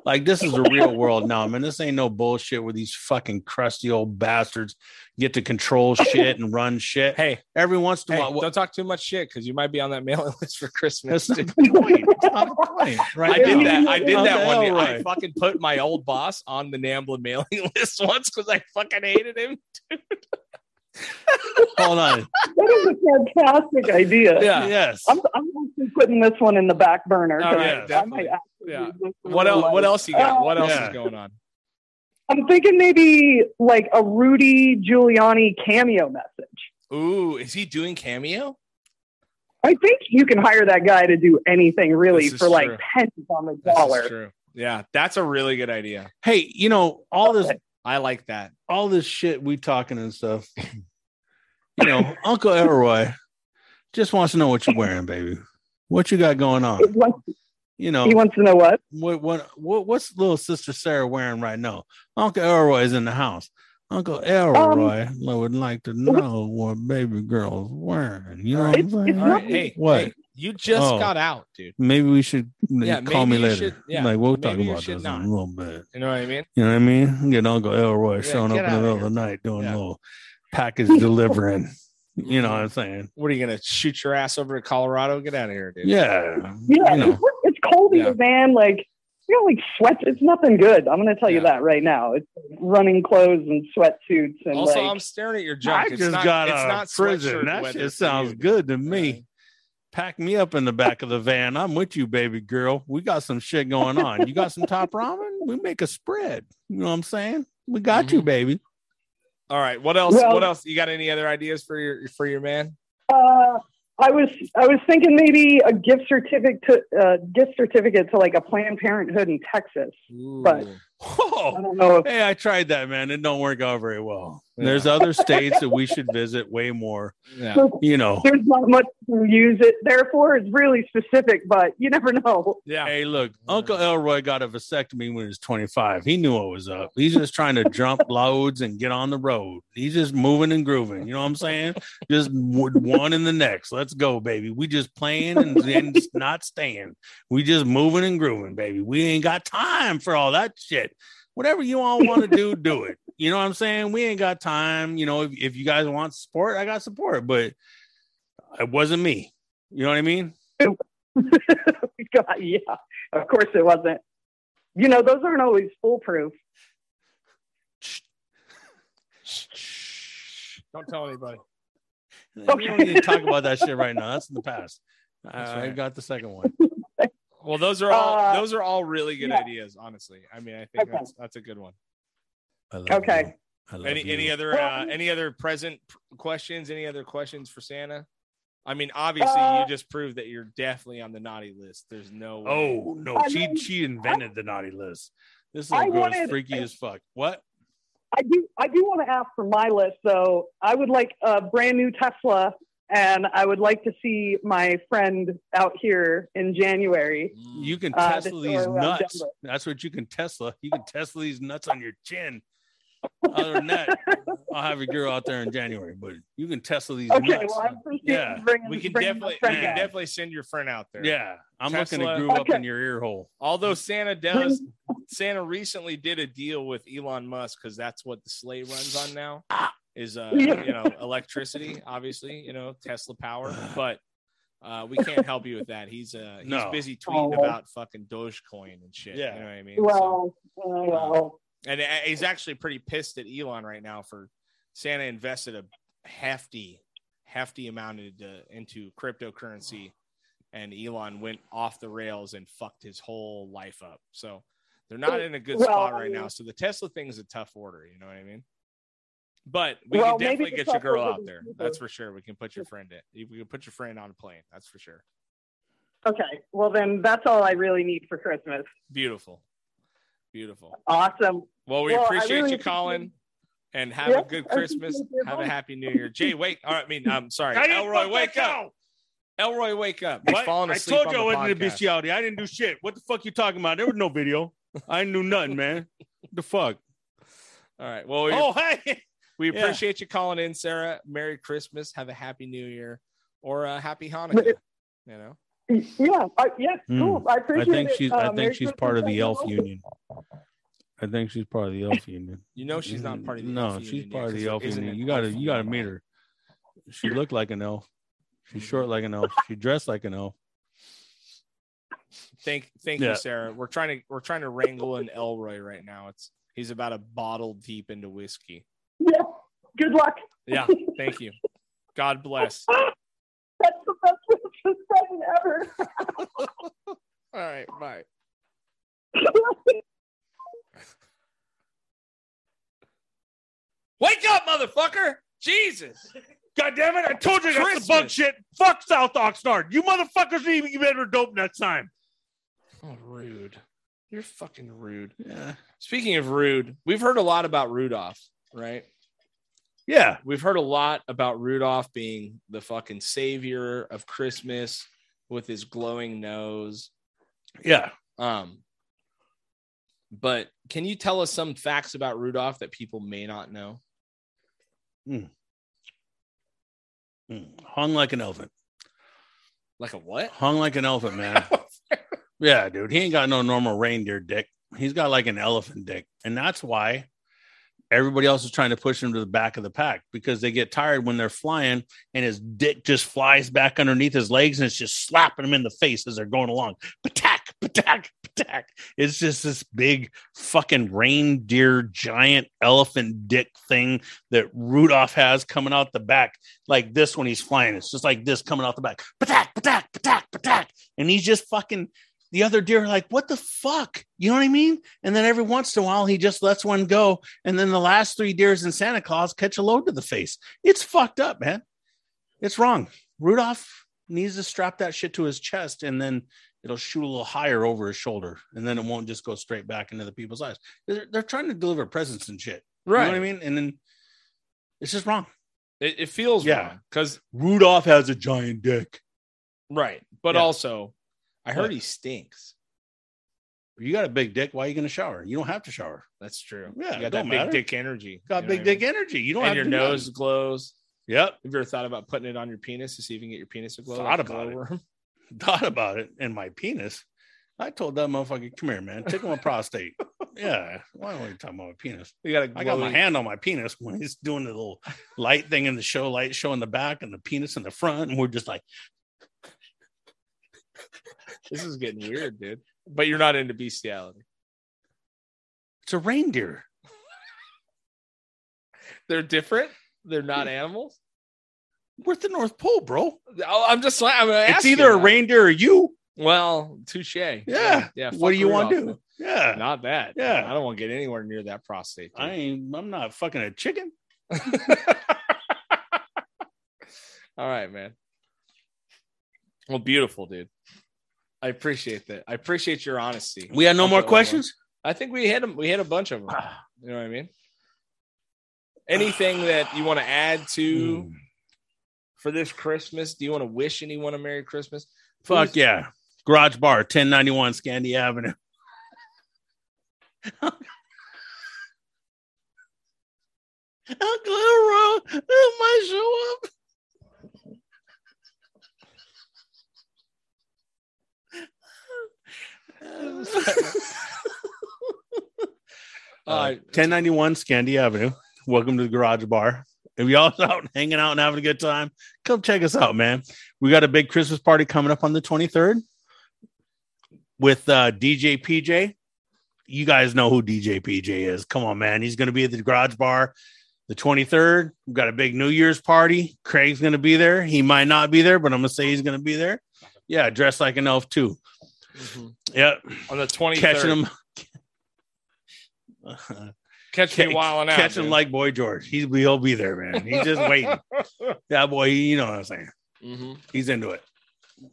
[SPEAKER 2] Like this is the real world now, man. This ain't no bullshit where these fucking crusty old bastards get to control shit and run shit.
[SPEAKER 1] Hey,
[SPEAKER 2] Every once in a
[SPEAKER 1] hey,
[SPEAKER 2] while,
[SPEAKER 1] don't talk too much shit because you might be on that mailing list for Christmas.
[SPEAKER 2] That's not the point. It's not the point. Right
[SPEAKER 1] I did
[SPEAKER 2] now.
[SPEAKER 1] that. I did
[SPEAKER 2] Not
[SPEAKER 1] that
[SPEAKER 2] the
[SPEAKER 1] one.
[SPEAKER 2] hell
[SPEAKER 1] day. I
[SPEAKER 2] right.
[SPEAKER 1] fucking put my old boss on the NAMBLA mailing list once because I fucking hated him.
[SPEAKER 2] Hold on.
[SPEAKER 7] That is a fantastic idea.
[SPEAKER 1] Yeah.
[SPEAKER 2] Yes.
[SPEAKER 7] I'm, I'm actually putting this one in the back burner.
[SPEAKER 2] Oh,
[SPEAKER 1] All
[SPEAKER 7] so
[SPEAKER 1] right,
[SPEAKER 7] I
[SPEAKER 1] definitely.
[SPEAKER 7] might actually
[SPEAKER 1] Yeah.
[SPEAKER 7] use this in
[SPEAKER 1] What
[SPEAKER 7] real
[SPEAKER 1] else? What
[SPEAKER 7] life.
[SPEAKER 1] else you got? What else
[SPEAKER 2] Yeah.
[SPEAKER 1] is going on?
[SPEAKER 7] I'm thinking maybe like a Rudy Giuliani cameo message.
[SPEAKER 1] Ooh, is he doing cameo?
[SPEAKER 7] I think you can hire that guy to do anything really
[SPEAKER 1] This is
[SPEAKER 7] for like
[SPEAKER 1] true.
[SPEAKER 7] pennies on the
[SPEAKER 1] This is
[SPEAKER 7] dollar.
[SPEAKER 1] true. Yeah, that's a really good idea.
[SPEAKER 2] hey, you know all this
[SPEAKER 1] I like that.
[SPEAKER 2] all this shit we talking and stuff. You know, Uncle Elroy just wants to know what you're wearing, baby. What you got going
[SPEAKER 7] He
[SPEAKER 2] on?
[SPEAKER 7] wants,
[SPEAKER 2] You
[SPEAKER 1] Um,
[SPEAKER 2] know,
[SPEAKER 7] he wants to know what?
[SPEAKER 2] what what what what's little sister Sarah wearing right now? Uncle Elroy is in the house.
[SPEAKER 7] Um,
[SPEAKER 2] Uncle Elroy would like to know what baby girl's wearing. You know what I'm
[SPEAKER 7] It's-
[SPEAKER 2] saying?
[SPEAKER 7] it's
[SPEAKER 1] All right, hey,
[SPEAKER 2] What?
[SPEAKER 1] hey, you just
[SPEAKER 2] Oh.
[SPEAKER 1] got out, dude.
[SPEAKER 2] Maybe we should
[SPEAKER 1] Yeah,
[SPEAKER 2] call
[SPEAKER 1] maybe
[SPEAKER 2] me
[SPEAKER 1] you
[SPEAKER 2] later.
[SPEAKER 1] should- yeah,
[SPEAKER 2] like we'll
[SPEAKER 1] maybe
[SPEAKER 2] talk
[SPEAKER 1] you
[SPEAKER 2] about
[SPEAKER 1] should
[SPEAKER 2] this
[SPEAKER 1] not.
[SPEAKER 2] in a little bit.
[SPEAKER 1] You know what I mean?
[SPEAKER 2] You know what I mean? Get Uncle Elroy
[SPEAKER 1] Yeah,
[SPEAKER 2] showing up
[SPEAKER 1] get
[SPEAKER 2] in the
[SPEAKER 1] outta
[SPEAKER 2] middle of
[SPEAKER 1] here.
[SPEAKER 2] the night doing
[SPEAKER 1] Yeah.
[SPEAKER 2] a little package delivering. you know what I'm saying?
[SPEAKER 1] What are you gonna shoot your ass over to Colorado? Get out of here, dude.
[SPEAKER 2] Yeah.
[SPEAKER 7] Yeah,
[SPEAKER 2] You know.
[SPEAKER 7] it's cold
[SPEAKER 1] Yeah.
[SPEAKER 7] here, man. Like you know, like sweat. It's nothing good. I'm gonna tell
[SPEAKER 1] Yeah.
[SPEAKER 7] you that right now. It's running clothes and sweatsuits and
[SPEAKER 1] Also, um,
[SPEAKER 7] like
[SPEAKER 1] I'm staring at your junk.
[SPEAKER 2] I
[SPEAKER 1] it's
[SPEAKER 2] just
[SPEAKER 1] not,
[SPEAKER 2] got
[SPEAKER 1] it's
[SPEAKER 2] out
[SPEAKER 1] not
[SPEAKER 2] of prison. That shit sounds good to me. Pack me up in the back of the van. I'm with you, baby girl. We got some shit going on. You got some top ramen? We make a spread. You know what I'm saying? We got you, baby.
[SPEAKER 1] All right. What else?
[SPEAKER 7] Well-
[SPEAKER 1] what else? You got any other ideas for your for your man?
[SPEAKER 7] uh, I was I was thinking maybe a gift certificate to uh, gift certificate to like a Planned Parenthood in Texas. But- I
[SPEAKER 2] Whoa.
[SPEAKER 7] don't know. If,
[SPEAKER 2] Hey, I tried that, man. It don't work out very well. There's other states that we should visit way more.
[SPEAKER 1] Yeah.
[SPEAKER 2] You know,
[SPEAKER 7] there's not much to use it there for. It's really specific, but you never know.
[SPEAKER 1] Yeah.
[SPEAKER 2] hey, look, Uncle Elroy got a vasectomy when he was 25. He knew what was up. He's just trying to jump loads and get on the road. He's just moving and grooving. You know what I'm saying? Just w- one in the next. Let's go, baby. We just playing and, and not staying. We just moving and grooving, baby. We ain't got time for all that shit. Whatever you all want to do, do it. You know what I'm saying? We ain't got time. You know, if, if you guys want support, I got support, but it wasn't me. You know what I mean?
[SPEAKER 7] God, yeah, of course it wasn't. You know, those aren't always foolproof.
[SPEAKER 1] Don't tell anybody.
[SPEAKER 2] We don't need to talk about that shit right now. That's in the past.
[SPEAKER 1] That's
[SPEAKER 2] Uh, I
[SPEAKER 1] right.
[SPEAKER 2] got the second one.
[SPEAKER 1] Well, those are all
[SPEAKER 7] Uh,
[SPEAKER 1] those are all really good
[SPEAKER 7] yeah.
[SPEAKER 1] ideas. Honestly, I mean, I think
[SPEAKER 7] Okay.
[SPEAKER 1] that's that's a good one.
[SPEAKER 2] I love
[SPEAKER 7] Okay.
[SPEAKER 2] you. I love
[SPEAKER 1] Any
[SPEAKER 2] you.
[SPEAKER 1] any other uh, any other present p- questions? Any other questions for Santa? I mean, obviously,
[SPEAKER 7] Uh,
[SPEAKER 1] you just proved that you're definitely on the naughty list. There's no way.
[SPEAKER 2] Oh no,
[SPEAKER 7] I
[SPEAKER 2] she
[SPEAKER 7] mean,
[SPEAKER 2] she invented the naughty list. This
[SPEAKER 7] I
[SPEAKER 2] little girl is
[SPEAKER 7] wanted-
[SPEAKER 2] freaky as fuck. What?
[SPEAKER 7] I do. I do want to ask for my list, though. I would like a brand new Tesla, and I would like to see my friend out here in January.
[SPEAKER 1] Mm.
[SPEAKER 2] You can
[SPEAKER 7] Uh,
[SPEAKER 2] Tesla
[SPEAKER 7] this
[SPEAKER 2] these
[SPEAKER 7] girl around
[SPEAKER 2] nuts.
[SPEAKER 7] Denver.
[SPEAKER 2] That's what you can Tesla. You can Tesla these nuts on your chin. Other than that, I'll have your girl out there in January, but you can Tesla these
[SPEAKER 7] Okay,
[SPEAKER 2] nuts.
[SPEAKER 7] well, I appreciate
[SPEAKER 2] Yeah.
[SPEAKER 7] you bringing.
[SPEAKER 1] we can
[SPEAKER 7] bringing
[SPEAKER 1] definitely we
[SPEAKER 7] my friend
[SPEAKER 1] can
[SPEAKER 2] Yeah.
[SPEAKER 7] out.
[SPEAKER 1] definitely send your friend out there.
[SPEAKER 2] yeah, I'm looking
[SPEAKER 1] Tesla-
[SPEAKER 2] to groove up in your ear hole.
[SPEAKER 1] Although
[SPEAKER 7] Mm.
[SPEAKER 1] Santa does, Santa recently did a deal with Elon Musk because that's what the sleigh runs on now is uh
[SPEAKER 7] Yeah.
[SPEAKER 1] you know electricity, obviously you know Tesla power, but uh we can't help you with that. He's uh he's
[SPEAKER 2] No.
[SPEAKER 1] busy tweeting
[SPEAKER 7] Oh.
[SPEAKER 1] about fucking Dogecoin and shit.
[SPEAKER 2] Yeah.
[SPEAKER 1] you know what I mean. So-
[SPEAKER 7] Well, uh, well,
[SPEAKER 1] and a- he's actually pretty pissed at Elon right now for Santa invested a hefty, hefty amount into, into cryptocurrency, and Elon went off the rails and fucked his whole life up. So they're not in a good
[SPEAKER 7] Well,
[SPEAKER 1] spot
[SPEAKER 7] I
[SPEAKER 1] right now.
[SPEAKER 7] mean-
[SPEAKER 1] So the Tesla thing is a tough order. You know what I mean? But we
[SPEAKER 7] Well,
[SPEAKER 1] can
[SPEAKER 7] maybe
[SPEAKER 1] definitely
[SPEAKER 7] the
[SPEAKER 1] get your
[SPEAKER 7] Tesla
[SPEAKER 1] girl
[SPEAKER 7] will
[SPEAKER 1] out
[SPEAKER 7] be
[SPEAKER 1] there.
[SPEAKER 7] cheaper.
[SPEAKER 1] That's for sure. We can put your friend in. We can put your friend on a plane. That's for sure.
[SPEAKER 7] okay. Well, then that's all I really need for Christmas.
[SPEAKER 1] Beautiful. Beautiful.
[SPEAKER 7] Awesome.
[SPEAKER 1] Well, we
[SPEAKER 7] Well, I
[SPEAKER 1] appreciate
[SPEAKER 7] really
[SPEAKER 1] you calling and have
[SPEAKER 7] Yep,
[SPEAKER 1] a good
[SPEAKER 7] I appreciate
[SPEAKER 1] Christmas.
[SPEAKER 7] your
[SPEAKER 1] Have a
[SPEAKER 7] help.
[SPEAKER 1] happy new year. Jay, wait. All right, I mean, I'm sorry.
[SPEAKER 2] I didn't
[SPEAKER 1] Elroy,
[SPEAKER 2] fuck
[SPEAKER 1] wake
[SPEAKER 2] that
[SPEAKER 1] up. Elroy, wake up. He's
[SPEAKER 2] What?
[SPEAKER 1] falling
[SPEAKER 2] I
[SPEAKER 1] asleep.
[SPEAKER 2] told
[SPEAKER 1] on
[SPEAKER 2] you I
[SPEAKER 1] the
[SPEAKER 2] wasn't in
[SPEAKER 1] podcast.
[SPEAKER 2] bestiality. I didn't do shit. What the fuck you talking about? There was no video. I didn't do nothing, man. the fuck?
[SPEAKER 1] All right. Well, we,
[SPEAKER 2] Oh, hey.
[SPEAKER 1] we
[SPEAKER 2] yeah.
[SPEAKER 1] appreciate you calling in, Sarah. Merry Christmas. Have a happy new year or a happy Hanukkah. You know?
[SPEAKER 7] Yeah. I, yeah.
[SPEAKER 2] Hmm.
[SPEAKER 7] Cool. I
[SPEAKER 2] I
[SPEAKER 7] appreciate
[SPEAKER 2] think
[SPEAKER 7] it.
[SPEAKER 2] she's
[SPEAKER 7] Uh,
[SPEAKER 2] I
[SPEAKER 7] Merry
[SPEAKER 2] think she's
[SPEAKER 7] Christmas,
[SPEAKER 2] part of the elf
[SPEAKER 7] everyone.
[SPEAKER 2] union. I think she's part of the elf union.
[SPEAKER 1] You know she's not part of the
[SPEAKER 2] No,
[SPEAKER 1] elf
[SPEAKER 2] she's
[SPEAKER 1] union yet,
[SPEAKER 2] part of
[SPEAKER 1] 'cause
[SPEAKER 2] the
[SPEAKER 1] there
[SPEAKER 2] elf
[SPEAKER 1] isn't
[SPEAKER 2] union.
[SPEAKER 1] an
[SPEAKER 2] You gotta
[SPEAKER 1] elf
[SPEAKER 2] you gotta
[SPEAKER 1] union.
[SPEAKER 2] meet her. She looked like an elf. She's short like an elf. She dressed like an elf.
[SPEAKER 1] Thank thank
[SPEAKER 2] Yeah.
[SPEAKER 1] you, Sarah. We're trying to we're trying to wrangle an Elroy right now. It's he's about a bottle deep into whiskey.
[SPEAKER 7] Yeah. Good luck.
[SPEAKER 1] Yeah. Thank you. God bless.
[SPEAKER 7] That's the best Christmas present ever.
[SPEAKER 1] All right, bye. Wake up, motherfucker! Jesus!
[SPEAKER 2] God damn it! I told you that's the bug
[SPEAKER 1] Christmas.
[SPEAKER 2] shit. Fuck South Oxnard. You motherfuckers need to be better dope next time.
[SPEAKER 1] Oh, rude. You're fucking rude.
[SPEAKER 2] Yeah.
[SPEAKER 1] Speaking of rude, we've heard a lot about Rudolph, right?
[SPEAKER 2] Yeah.
[SPEAKER 1] We've heard a lot about Rudolph being the fucking savior of Christmas with his glowing nose.
[SPEAKER 2] Yeah.
[SPEAKER 1] Um, but can you tell us some facts about Rudolph that people may not know?
[SPEAKER 2] Mm. Hung like an elephant.
[SPEAKER 1] Like a what?
[SPEAKER 2] Hung like an elephant, man. yeah, dude. He ain't got no normal reindeer dick. He's got like an elephant dick. And that's why everybody else is trying to push him to the back of the pack because they get tired when they're flying and his dick just flies back underneath his legs and it's just slapping him in the face as they're going along. Patak, patak, patak. It's just this big fucking reindeer giant elephant dick thing that Rudolph has coming out the back like this when he's flying. It's just like this coming out the back. Patak, patak, patak, patak. And he's just fucking the other deer are like, what the fuck? You know what I mean? And then every once in a while he just lets one go. And then the last three deers in Santa Claus catch a load to the face. It's fucked up, man. It's wrong. Rudolph needs to strap that shit to his chest and then it'll shoot a little higher over his shoulder, and then it won't just go straight back into the people's eyes. They're, they're trying to deliver presents and shit.
[SPEAKER 1] Right.
[SPEAKER 2] You know what I mean? And then it's just wrong.
[SPEAKER 1] It, it feels
[SPEAKER 2] Yeah.
[SPEAKER 1] yeah. Because,
[SPEAKER 2] Rudolph has a giant dick.
[SPEAKER 1] right. But
[SPEAKER 2] Yeah.
[SPEAKER 1] also, I heard
[SPEAKER 2] What?
[SPEAKER 1] he stinks.
[SPEAKER 2] You got a big dick. Why are you going to shower? You don't have to shower.
[SPEAKER 1] That's true.
[SPEAKER 2] Yeah,
[SPEAKER 1] You got
[SPEAKER 2] it don't
[SPEAKER 1] that
[SPEAKER 2] matter.
[SPEAKER 1] big dick energy.
[SPEAKER 2] Got
[SPEAKER 1] You know
[SPEAKER 2] big
[SPEAKER 1] what I
[SPEAKER 2] dick
[SPEAKER 1] mean?
[SPEAKER 2] energy. You don't have
[SPEAKER 1] and your
[SPEAKER 2] to do nothing.
[SPEAKER 1] nose glows.
[SPEAKER 2] Yep.
[SPEAKER 1] Have you ever thought about putting it on your penis to see if you can get your penis to glow?
[SPEAKER 2] Thought
[SPEAKER 1] like a
[SPEAKER 2] about it.
[SPEAKER 1] glowworm?
[SPEAKER 2] thought about it and my penis, I told that motherfucker, come here, man, tickle my prostate. yeah. Why are we talking about my penis?
[SPEAKER 1] You got a
[SPEAKER 2] I got my
[SPEAKER 1] glowy-
[SPEAKER 2] hand on my penis when he's doing the little light thing in the show, light show in the back and the penis in the front. And we're just like,
[SPEAKER 1] This is getting weird, dude. But you're not into bestiality.
[SPEAKER 2] it's a reindeer.
[SPEAKER 1] They're different. They're not animals.
[SPEAKER 2] We're at the North Pole, bro.
[SPEAKER 1] Oh, I'm just like I'm
[SPEAKER 2] It's either a reindeer or you.
[SPEAKER 1] Well, touche.
[SPEAKER 2] Yeah.
[SPEAKER 1] yeah.
[SPEAKER 2] what
[SPEAKER 1] fuck
[SPEAKER 2] do you want to
[SPEAKER 1] Rudolph.
[SPEAKER 2] do? Yeah.
[SPEAKER 1] Not that.
[SPEAKER 2] Yeah.
[SPEAKER 1] I don't want to get anywhere near that prostate. dude.
[SPEAKER 2] I ain't, I'm not fucking a chicken.
[SPEAKER 1] All right, man. Well, beautiful, dude. I appreciate that. I appreciate your honesty.
[SPEAKER 2] We have no
[SPEAKER 1] I'll
[SPEAKER 2] more
[SPEAKER 1] put one more.
[SPEAKER 2] questions. Ah.
[SPEAKER 1] I think we hit 'em- We hit a bunch of them. You know what I mean? Anything that you want to add to
[SPEAKER 2] Hmm.
[SPEAKER 1] for this Christmas? Do you want to wish anyone a Merry Christmas?
[SPEAKER 2] Fuck
[SPEAKER 1] Please-
[SPEAKER 2] yeah. Garage Bar, 1091 Scandy Avenue. Uncle Elro, my show up.
[SPEAKER 1] Uh,
[SPEAKER 2] 1091 Scandy Avenue. Welcome to the Garage Bar. If y'all out hanging out and having a good time, come check us out, man. We got a big Christmas party coming up on the 23rd with uh, DJ PJ. You guys know who DJ PJ is. Come on, man. He's going to be at the garage bar the 23rd. We've got a big New Year's party. Craig's going to be there. He might not be there, but I'm going to say he's going to be there. Yeah, dressed like an elf, too.
[SPEAKER 1] mhm.
[SPEAKER 2] Yep.
[SPEAKER 1] On the 23rd.
[SPEAKER 2] Uh, Catching him.
[SPEAKER 1] Catch me wilding out.
[SPEAKER 2] Catching
[SPEAKER 1] dude.
[SPEAKER 2] like Boy George. He's, he'll be there, man. He's just waiting. that boy, you know what I'm saying.
[SPEAKER 1] Mhm.
[SPEAKER 2] He's into it.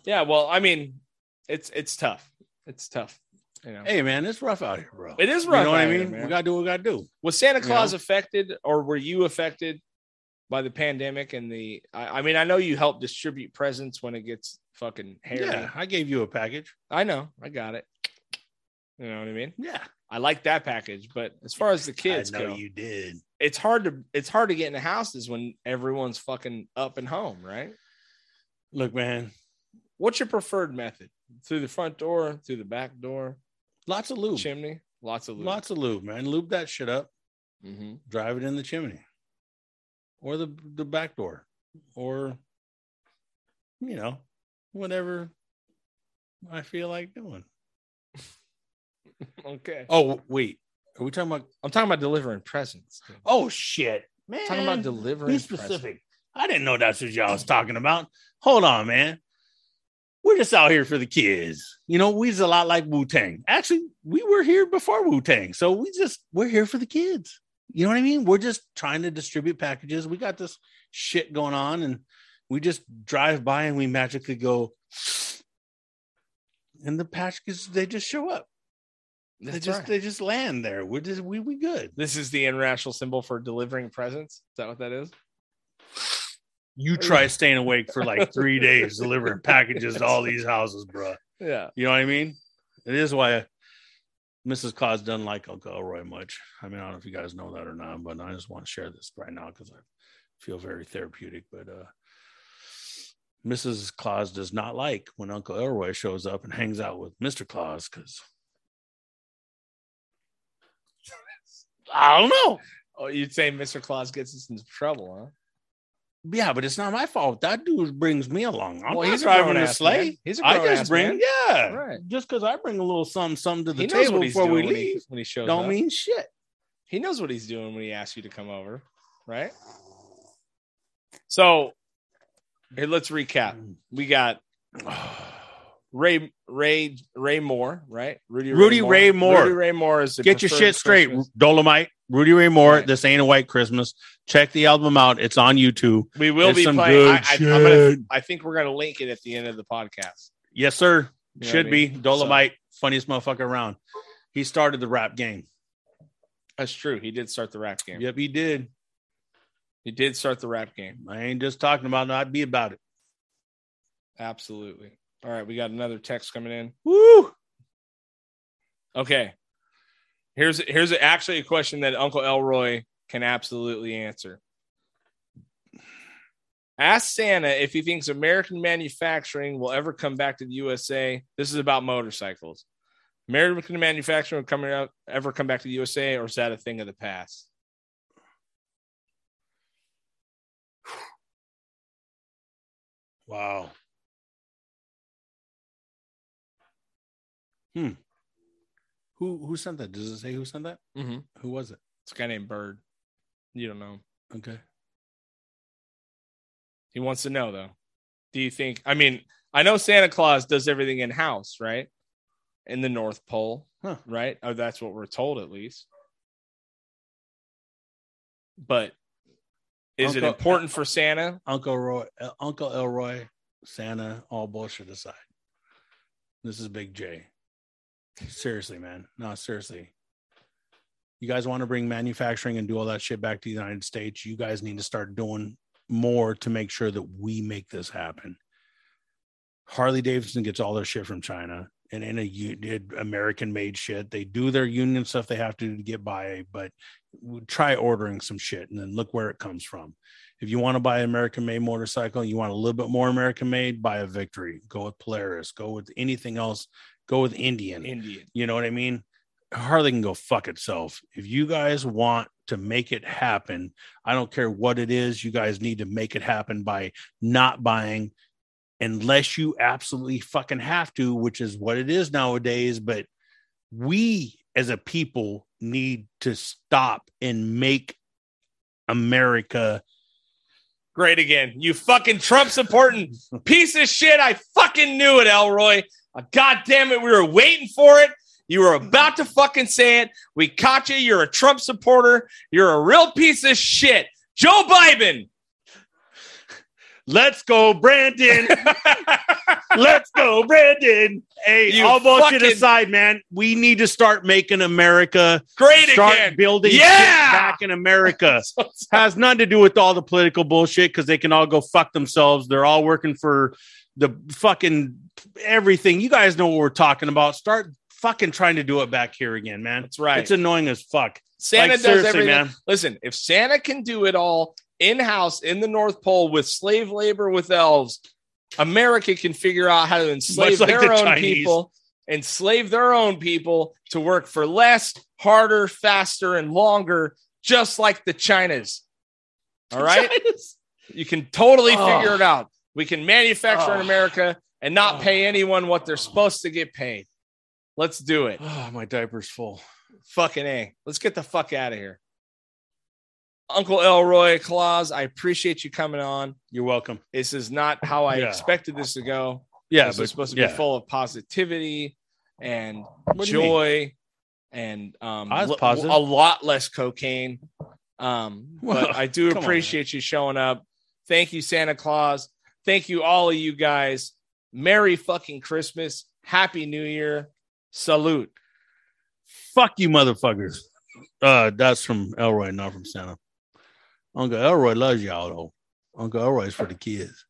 [SPEAKER 1] Yeah, well, I mean, it's it's tough. It's tough. You know,
[SPEAKER 2] Hey, man, it's rough out here, bro.
[SPEAKER 1] it is
[SPEAKER 2] you
[SPEAKER 1] rough.
[SPEAKER 2] know what I
[SPEAKER 1] out here,
[SPEAKER 2] mean?
[SPEAKER 1] man.
[SPEAKER 2] we got to do what we got to do.
[SPEAKER 1] was Santa
[SPEAKER 2] you
[SPEAKER 1] Claus affected, or were you affected by the pandemic and the? I, I mean, I know you help distribute presents when it gets fucking hairy.
[SPEAKER 2] Yeah, I gave you a package.
[SPEAKER 1] I know. I got it. You know what I mean?
[SPEAKER 2] Yeah,
[SPEAKER 1] I like that package, but as far as the kids
[SPEAKER 2] I know
[SPEAKER 1] go,
[SPEAKER 2] you did.
[SPEAKER 1] it's hard to it's hard to get in the houses when everyone's fucking up and home, right?
[SPEAKER 2] Look, man,
[SPEAKER 1] What's your preferred method? Through the front door, through the back door,
[SPEAKER 2] lots of lube,
[SPEAKER 1] chimney, lots of lube.
[SPEAKER 2] lots of lube, man. Lube that shit up.
[SPEAKER 1] hmm
[SPEAKER 2] Drive it in the chimney, or the the back door, or you know, whatever I feel like doing.
[SPEAKER 1] Okay.
[SPEAKER 2] Oh wait, are we talking about?
[SPEAKER 1] I'm talking about delivering presents. dude.
[SPEAKER 2] Oh shit, man!
[SPEAKER 1] talking about delivering
[SPEAKER 2] Be
[SPEAKER 1] presents.
[SPEAKER 2] specific. I didn't know that's what y'all was talking about. Hold on, man. We're just out here for the kids. You know, we's a lot like Wu Tang. Actually, we were here before Wu Tang. So we just, we're here for the kids. You know what I mean? We're just trying to distribute packages. We got this shit going on and we just drive by and we magically go, and the packages, they just show up. they
[SPEAKER 1] That's
[SPEAKER 2] just,
[SPEAKER 1] right.
[SPEAKER 2] they just land there. We're just, we, we good.
[SPEAKER 1] This is the international symbol for delivering presents. Is that what that is?
[SPEAKER 2] you try staying awake for like three days delivering packages to all these houses, bruh.
[SPEAKER 1] Yeah.
[SPEAKER 2] You know what I mean? It is why Mrs. Claus doesn't like Uncle Elroy much. I mean, I don't know if you guys know that or not, but I just want to share this right now because I feel very therapeutic. But uh Mrs. Claus does not like when Uncle Elroy shows up and hangs out with Mr. Claus because I don't know.
[SPEAKER 1] Oh, you'd say Mr. Claus gets us into trouble, huh?
[SPEAKER 2] Yeah, but it's not my fault. That dude brings me along. I'm
[SPEAKER 1] Well,
[SPEAKER 2] not
[SPEAKER 1] he's a
[SPEAKER 2] driving a
[SPEAKER 1] grown-ass
[SPEAKER 2] sleigh.
[SPEAKER 1] man. He's a
[SPEAKER 2] I
[SPEAKER 1] grown-ass
[SPEAKER 2] just bring,
[SPEAKER 1] man.
[SPEAKER 2] yeah,
[SPEAKER 1] Right.
[SPEAKER 2] just because I bring a little something, something to the
[SPEAKER 1] He knows
[SPEAKER 2] table
[SPEAKER 1] what he's
[SPEAKER 2] before
[SPEAKER 1] doing
[SPEAKER 2] we
[SPEAKER 1] when, he,
[SPEAKER 2] leave.
[SPEAKER 1] when he shows
[SPEAKER 2] Don't
[SPEAKER 1] up.
[SPEAKER 2] mean shit.
[SPEAKER 1] he knows what he's doing when he asks you to come over, right? So here, let's recap. We got Ray Ray Ray Moore, right? Rudy
[SPEAKER 2] Rudy Ray Moore.
[SPEAKER 1] Rudy Ray Moore is the
[SPEAKER 2] Get your
[SPEAKER 1] preferred
[SPEAKER 2] shit straight,
[SPEAKER 1] Christmas.
[SPEAKER 2] Dolomite. Rudy Ray Moore.
[SPEAKER 1] Right.
[SPEAKER 2] This ain't a white Christmas. Check the album out. It's on YouTube.
[SPEAKER 1] We will
[SPEAKER 2] It's
[SPEAKER 1] be
[SPEAKER 2] some
[SPEAKER 1] playing. I,
[SPEAKER 2] good
[SPEAKER 1] I, I'm gonna,
[SPEAKER 2] shit.
[SPEAKER 1] I think we're gonna link it at the end of the podcast.
[SPEAKER 2] Yes, sir.
[SPEAKER 1] You know what I
[SPEAKER 2] Should
[SPEAKER 1] mean?
[SPEAKER 2] be Dolomite, funniest motherfucker around. He started the rap game.
[SPEAKER 1] That's true. He did start the rap game.
[SPEAKER 2] Yep, he did.
[SPEAKER 1] He did start the rap game.
[SPEAKER 2] I ain't just talking about it. I'd be about it.
[SPEAKER 1] Absolutely. All right, we got another text coming in.
[SPEAKER 2] Woo!
[SPEAKER 1] Okay. Here's here's actually a question that Uncle Elroy can absolutely answer. Ask Santa if he thinks American manufacturing will ever come back to the USA. This is about motorcycles. American manufacturing will come out, ever come back to the USA, or is that a thing of the past?
[SPEAKER 2] Wow. Hmm. Who who sent that? Does it say who sent that?
[SPEAKER 1] Mm-hmm.
[SPEAKER 2] Who was it?
[SPEAKER 1] It's a guy named Bird. You don't know. him.
[SPEAKER 2] Okay.
[SPEAKER 1] He wants to know though. Do you think? I mean, I know Santa Claus does everything in house, right? In the North Pole,
[SPEAKER 2] Huh.
[SPEAKER 1] right? Or that's what we're told, at least. But is it
[SPEAKER 2] Uncle-
[SPEAKER 1] important for Santa?
[SPEAKER 2] Uncle Roy, uh, Uncle Elroy, Santa, all bullshit aside. This is Big J. Seriously, man. No, seriously. You guys want to bring manufacturing and do all that shit back to the United States? You guys need to start doing more to make sure that we make this happen. Harley Davidson gets all their shit from China and in a American made shit. They do their union stuff they have to to get by, but try ordering some shit and then look where it comes from if you want to buy an American made motorcycle, you want a little bit more American made, buy a Victory. Go with Polaris. Go with anything else. Go with Indian.
[SPEAKER 1] Indian.
[SPEAKER 2] You know what I mean? Harley can go fuck itself. If you guys want to make it happen, I don't care what it is. You guys need to make it happen by not buying unless you absolutely fucking have to, which is what it is nowadays. But we as a people need to stop and make America
[SPEAKER 1] Great again. You fucking Trump supporting piece of shit. I fucking knew it, Elroy. Uh, God damn it. We were waiting for it. You were about to fucking say it. We caught you. You're a Trump supporter. You're a real piece of shit. Joe Biden.
[SPEAKER 2] Let's go, Brandon. Let's go, Brandon. Hey,
[SPEAKER 1] You
[SPEAKER 2] all bullshit
[SPEAKER 1] fucking-
[SPEAKER 2] aside, man, we need to start making America
[SPEAKER 1] Great
[SPEAKER 2] start
[SPEAKER 1] again.
[SPEAKER 2] building
[SPEAKER 1] Yeah.
[SPEAKER 2] shit back in America. Has nothing to do with all the political bullshit because they can all go fuck themselves. They're all working for the fucking everything. You guys know what we're talking about. Start fucking trying to do it back here again, man.
[SPEAKER 1] That's right.
[SPEAKER 2] It's annoying as fuck.
[SPEAKER 1] Santa
[SPEAKER 2] like,
[SPEAKER 1] does
[SPEAKER 2] seriously,
[SPEAKER 1] everything.
[SPEAKER 2] man.
[SPEAKER 1] Listen, if Santa can do it all in house in the North Pole with slave labor with elves, America can figure out how to enslave
[SPEAKER 2] like
[SPEAKER 1] their
[SPEAKER 2] the
[SPEAKER 1] own
[SPEAKER 2] Chinese.
[SPEAKER 1] people, enslave their own people to work for less, harder, faster, and longer, just like the Chinas. All right, you can totally
[SPEAKER 2] Oh.
[SPEAKER 1] figure it out. We can manufacture in
[SPEAKER 2] Oh.
[SPEAKER 1] America and not
[SPEAKER 2] Oh.
[SPEAKER 1] pay anyone what they're supposed to get paid. Let's do it.
[SPEAKER 2] Oh, my diaper's full.
[SPEAKER 1] Fucking A. Let's get the fuck out of here. Uncle Elroy Claus, I appreciate you coming on.
[SPEAKER 2] You're welcome.
[SPEAKER 1] This is not how I
[SPEAKER 2] Yeah.
[SPEAKER 1] expected this to go.
[SPEAKER 2] Yeah,
[SPEAKER 1] this
[SPEAKER 2] but
[SPEAKER 1] is supposed to
[SPEAKER 2] yeah.
[SPEAKER 1] be full of positivity and
[SPEAKER 2] What do you mean?
[SPEAKER 1] joy and um,
[SPEAKER 2] I was
[SPEAKER 1] l-
[SPEAKER 2] positive.
[SPEAKER 1] a lot less cocaine. Um,
[SPEAKER 2] Well,
[SPEAKER 1] but I do
[SPEAKER 2] come on, man.
[SPEAKER 1] appreciate you showing up. Thank you, Santa Claus. Thank you, all of you guys. Merry fucking Christmas. Happy New Year. Salute.
[SPEAKER 2] fuck you motherfuckers. Uh, that's from Elroy, not from Santa. Uncle Elroy loves y'all though. Uncle Elroy's for the kids.